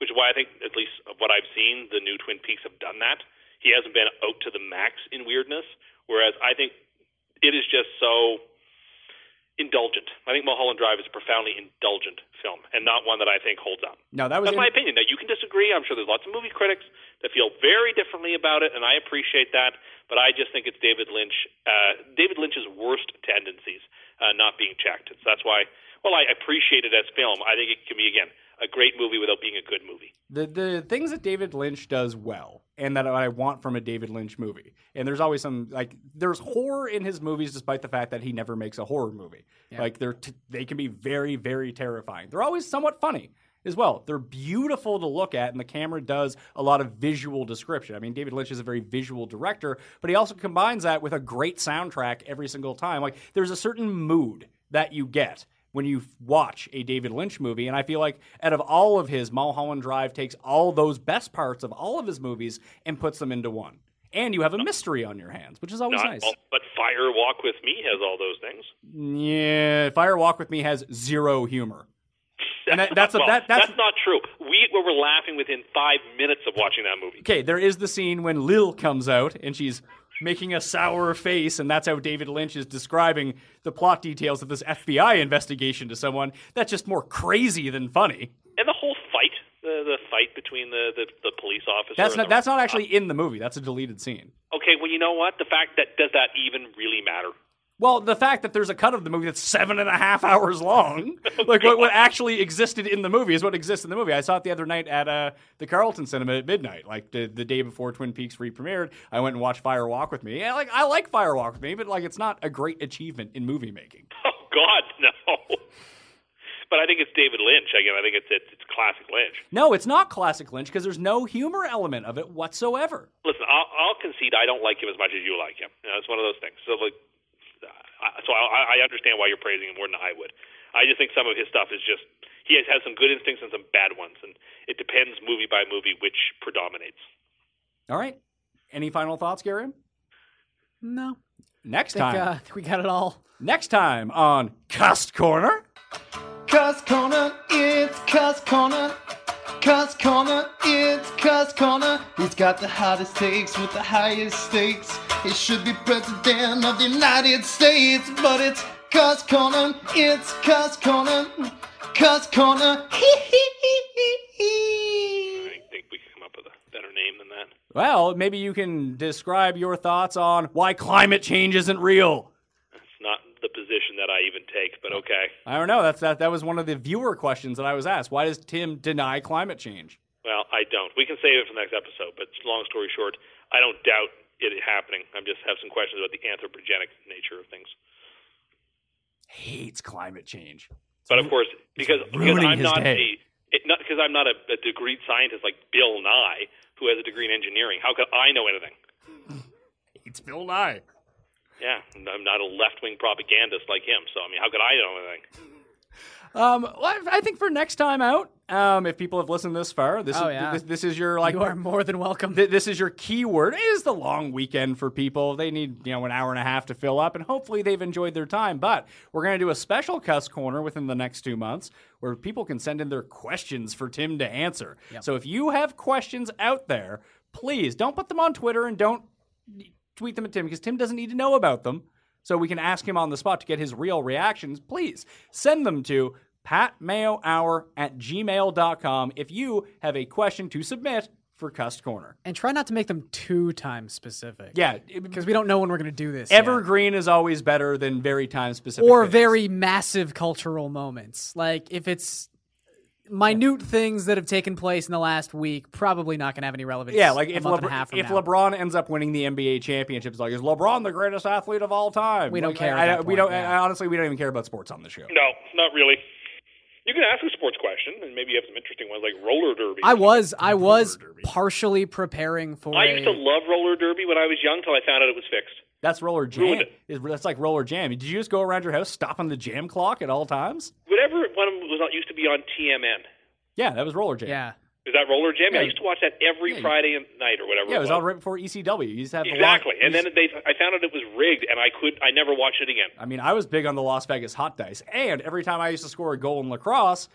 which is why I think, at least of what I've seen, the new Twin Peaks have done that. He hasn't been out to the max in weirdness, whereas I think it is just so indulgent. I think Mulholland Drive is a profoundly indulgent film, and not one that I think holds up.
No, that was in-
That's my opinion. Now you can disagree. I'm sure there's lots of movie critics that feel very differently about it, and I appreciate that. But I just think it's David Lynch, uh, David Lynch's worst tendencies uh, not being checked. So that's why. Well, I appreciate it as film. I think it can be again a great movie without being a good movie.
the the things that David Lynch does well and that I want from a David Lynch movie. And there's always some like there's horror in his movies despite the fact that he never makes a horror movie. Like they're t- they can be very very terrifying. They're always somewhat funny as well. They're beautiful to look at and the camera does a lot of visual description. I mean David Lynch is a very visual director, but he also combines that with a great soundtrack every single time. Like there's a certain mood that you get when you watch a David Lynch movie. And I feel like out of all of his, Mulholland Drive takes all those best parts of all of his movies and puts them into one. And you have a mystery on your hands, which is always
Not
nice.
all, but Fire Walk with Me has all those things.
Yeah, Fire Walk with Me has zero humor. And that, that's, a,
Well,
that, that's,
not true. We were laughing within five minutes of watching that movie.
okay. There is the scene when Lil comes out and she's making a sour face, and that's how David Lynch is describing the plot details of this FBI investigation to someone. That's just more crazy than funny.
And the whole fight, the, the fight between the, the, the police officer.
That's
and
not,
the-
that's not actually in the movie. That's a deleted scene.
okay. Well, you know what? The fact that does that even really matter? Oh,
Well, the fact that there's a cut of the movie that's seven and a half hours long, like what, what actually existed in the movie is what exists in the movie. I saw it the other night at uh, the Carlton Cinema at midnight, like the, the day before Twin Peaks re-premiered. I went and watched Fire Walk with Me. And, like I like Fire Walk with Me, but like it's not a great achievement in movie making.
Oh God, no. But I think it's David Lynch again. I think it's it's, it's classic Lynch.
No, it's not classic Lynch because there's no humor element of it whatsoever.
Listen, I'll, I'll concede I don't like him as much as you like him. You know, it's one of those things. So like, I- so I, I understand why you're praising him more than I would. I just think some of his stuff is just he has, has some good instincts and some bad ones, and it depends movie by movie which predominates.
All right. Any final thoughts, Gary?
No.
Next
I
time.
think, uh, I think we got it all.
Next time on Cast Corner.
Cuss Corner, it's Cuss Corner. Cuss Corner, it's Cuss Corner. He's got the hottest takes with the highest stakes. He should be president of the United States, but it's Cuss Corner, it's Cuss Corner. Cuss Corner, hee hee hee hee hee.
I think we could come up with a better name than that.
Well, maybe you can describe your thoughts on why climate change isn't real.
It's not the position that I even take, but okay.
I don't know. That's that. That was one of the viewer questions that I was asked. Why does Tim deny climate change?
Well, I don't. We can save it for the next episode, but long story short, I don't doubt it happening. I just have some questions about the anthropogenic nature of things.
Hates climate change.
But of course, because, because
ruining
I'm
his
not
day.
a it, not because I'm not a, a degreed scientist like Bill Nye, who has a degree in engineering. How could I know anything?
Hates Bill Nye.
Yeah, and I'm not a left wing propagandist like him. So I mean, how could I know anything?
Um, well, I I think for next time out, um, if people have listened this far, this
Oh,
is
yeah.
this, this is your like
You are more than welcome.
th- this is your keyword. It is the long weekend for people. They need you know an hour and a half to fill up, and hopefully they've enjoyed their time. But we're going to do a special cuss corner within the next two months where people can send in their questions for Tim to answer. So if you have questions out there, please don't put them on Twitter and don't tweet them at Tim because Tim doesn't need to know about them. So we can ask him on the spot to get his real reactions. Please send them to patmayohour at gmail.com if you have a question to submit for Cussed Corner.
and try not to make them too time specific.
Yeah,
Because we don't know when we're going to do this. yet.
evergreen is always better than very time specific.
or
things.
very massive cultural moments. Like if it's minute things that have taken place in the last week, probably not going to have any relevance.
Yeah, like
a
if
month and a
Lebr-
half from
if
now.
LeBron ends up winning the NBA championship, it's like is LeBron the greatest athlete of all time?
We don't
Like,
care
I,
at
I-
that
we
point,
don't.
yeah.
I- honestly, we don't even care about sports on the show.
No, not really. You can ask a sports question, and maybe you have some interesting ones like roller derby.
I was I was partially preparing for.
I used
a-
to love roller derby when I was young till I found out it was fixed.
That's roller jam.
Ruined
Is- That's like roller jam. Did you just go around your house stopping the jam clock at all times?
Whatever one was on, used to be on TMN.
Yeah, that was roller jam.
yeah.
Is that roller jam?
Yeah.
I used to watch that every Friday night or whatever.
Yeah, it was all right before ECW. You just have to walk-
Exactly,
you
and then
just-
they, I found out it was rigged, and I could, I never watched it again.
I mean, I was big on the Las Vegas hot dice, and every time I used to score a goal in lacrosse,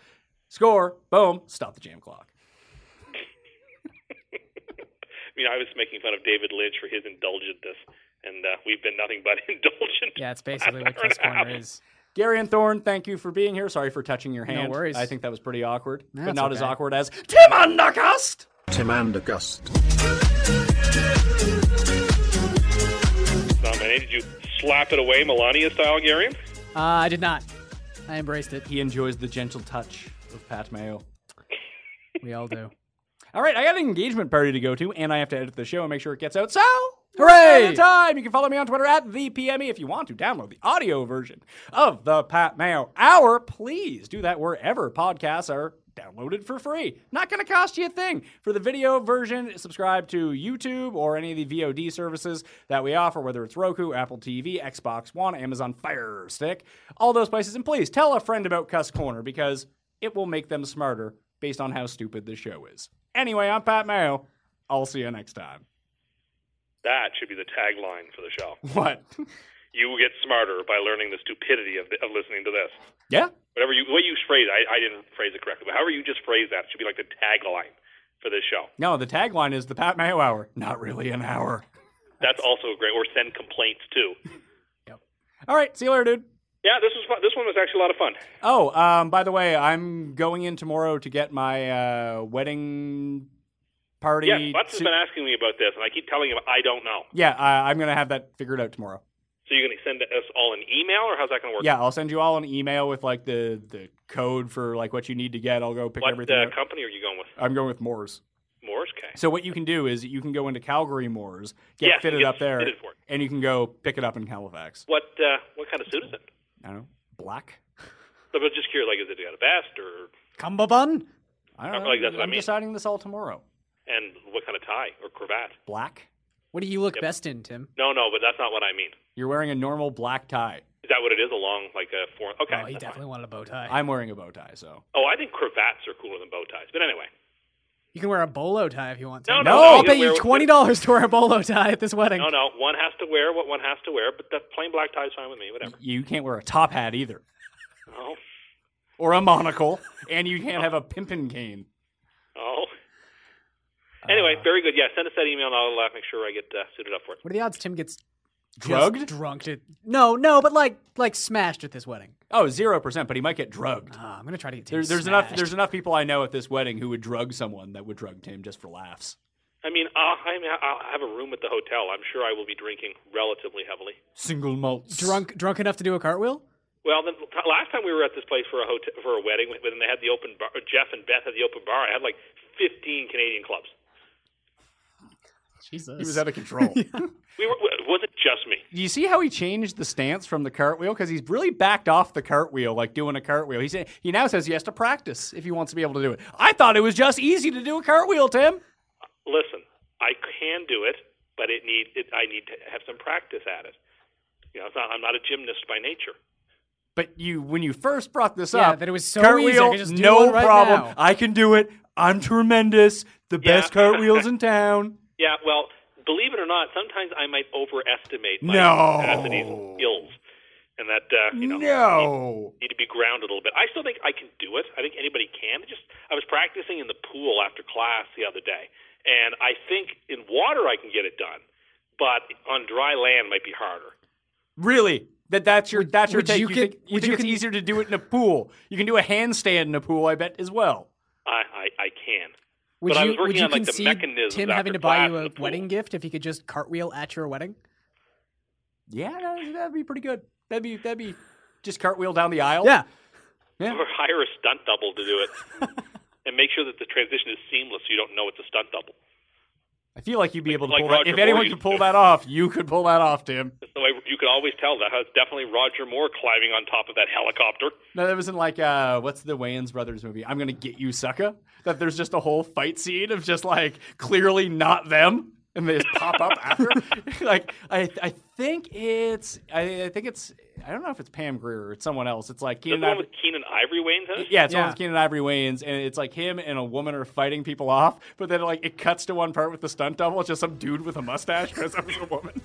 score, boom, stop the jam clock.
I mean, I was making fun of David Lynch for his indulgentness, and uh, we've been nothing but indulgent.
Yeah, it's basically what Cuss Corner is.
Gary and Thorne, thank you for being here. Sorry for touching your hand.
worries.
I think that was pretty awkward, but
That's
not as
okay.
awkward as Tim Undercust.
Tim Andergust.
Nominated. Did you slap it away, Melania style, Gary?
Uh, I did not. I embraced it.
He enjoys the gentle touch of Pat Mayo.
We all do.
All right, I got an engagement party to go to, and I have to edit the show and make sure it gets out. So,
Hooray!
it's Time you can follow me on Twitter at the PME if you want to download the audio version of the Pat Mayo Hour. Please do that wherever podcasts are downloaded for free. Not going to cost you a thing. For the video version, subscribe to YouTube or any of the VOD services that we offer, whether it's Roku, Apple TV, Xbox One, Amazon Fire Stick, all those places. And please tell a friend about Cuss Corner because it will make them smarter based on how stupid this show is. Anyway, I'm Pat Mayo. I'll see you next time.
That should be the tagline for the show.
What?
You will get smarter by learning the stupidity of, of listening to this.
yeah?
Whatever you, the way you phrase, it, I, I didn't phrase it correctly, but however you just phrase that, it should be like the tagline for this show.
No, the tagline is the Pat Mayo Hour. Not really an hour.
That's also great. Or send complaints too.
All right, see you later, dude.
Yeah, this was fun. This one was actually a lot of fun.
Oh, um, by the way, I'm going in tomorrow to get my uh, wedding party.
Yeah, Butts has
su-
been asking me about this, and I keep telling him I don't know.
yeah, uh, I'm gonna have that figured out tomorrow.
So you're going to send us all an email, or how's that going to work?
Yeah, I'll send you all an email with like the the code for like what you need to get. I'll go pick
What
everything.
uh,
up.
company are you going with?
I'm going with Moore's.
Morse K.
So what you can do is you can go into Calgary Moors, get
Yes,
fitted
get
up there,
fitted for it.
and you can go pick it up in Halifax.
What uh, what kind of suit is it?
I don't know, black.
So I'm just curious, like, is it got a vest or
Cumbabun.
I don't
I'm
know.
like, that's what I
I'm
mean.
deciding this all tomorrow.
and what kind of tie or cravat?
Black.
What do you look best in, Tim?
No, no, but that's not what I mean.
You're wearing a normal black tie.
Is that what it is? A long, like a four? Okay.
oh, he
that's fine.
definitely wanted a bow tie.
I'm wearing a bow tie, so.
Oh, I think cravats are cooler than bow ties. But anyway,
you can wear a bolo tie if you want to.
no,
No,
no,
I'll
you
bet
wear-
you twenty dollars to wear a bolo tie at this wedding.
no, no, one has to wear what one has to wear, but the plain black tie is fine with me. Whatever.
You can't wear a top hat either,
Oh,
or a monocle, and you can't have a pimpin' cane.
oh. Anyway, very good. Yeah, send us that email, and I'll uh, make sure I get uh, suited up for it.
What are the odds Tim gets just
Drugged?
Drunked at no, no, but like like smashed at this wedding.
Oh, zero percent, but he might get drugged.
Ah, I'm gonna try to get Tim.
There, there's
smashed.
enough. There's enough people I know at this wedding who would drug someone that would drug Tim just for laughs.
I mean, I'll, I mean, I'll have a room at the hotel. I'm sure I will be drinking relatively heavily.
Single malts.
drunk drunk enough to do a cartwheel.
Well, then t- last time we were at this place for a hotel, for a wedding, when they had the open bar, Jeff and Beth had the open bar. I had like 15 Canadian clubs.
Jesus,
He was out of control.
We were. It wasn't just me.
Do you see how he changed the stance from the cartwheel? Because he's really backed off the cartwheel, like doing a cartwheel. He say, he now says he has to practice if he wants to be able to do it. I thought it was just easy to do a cartwheel, Tim.
Listen, I can do it, but it need it, I need to have some practice at it. You know, it's not, I'm not a gymnast by nature.
But you, when you first brought this
Yeah,
up,
that it was so
cartwheel,
easy, I could just do
no
one right
problem.
now.
I can do it. I'm tremendous. The
Yeah.
best cartwheels in town.
Yeah, well, believe it or not, sometimes I might overestimate my
No.
capacities and skills, and that uh, you know
no.
need to be grounded a little bit. I still think I can do it. I think anybody can. It just I was practicing in the pool after class the other day, and I think in water I can get it done, but on dry land might be harder.
Really? That that's your that's your
would
take. You,
you
think,
get-
you
would
think
you
it's
con-
easier to do it in a pool? You can do a handstand in a pool, I bet as well.
I I, I can.
Would
But I
you
was working
would you
on, like, the
concede
mechanisms
Tim
after
having to buy
class
you
in
a
the pool.
wedding gift if he could just cartwheel at your wedding?
Yeah, that, that'd be pretty good. That'd be that'd be just cartwheel down the aisle.
Yeah,
Yeah.
Or hire a stunt double to do it. and make sure that the transition is seamless so you don't know it's a stunt double.
I feel like you'd be able to
like
pull that.
Roger
If anyone
Moore
could
used
pull
to.
that off, you could pull that off, Tim.
That's the way you can always tell that it's definitely Roger Moore climbing on top of that helicopter.
No, that wasn't like uh, what's the Wayans brothers movie? I'm gonna get you, sucker. That there's just a whole fight scene of just like clearly not them, and they just pop up after. like I, I think it's, I, I think it's, I don't know if it's Pam Grier or it's someone else. It's like
Is
Keenan
that the one
Ivory.
with Keenan Ivory Wayne's in it?
Yeah, it's one
Yeah.
with Keenan Ivory Wayans, and it's like him and a woman are fighting people off, but then like it cuts to one part with the stunt double. It's just some dude with a mustache dressed up as a woman.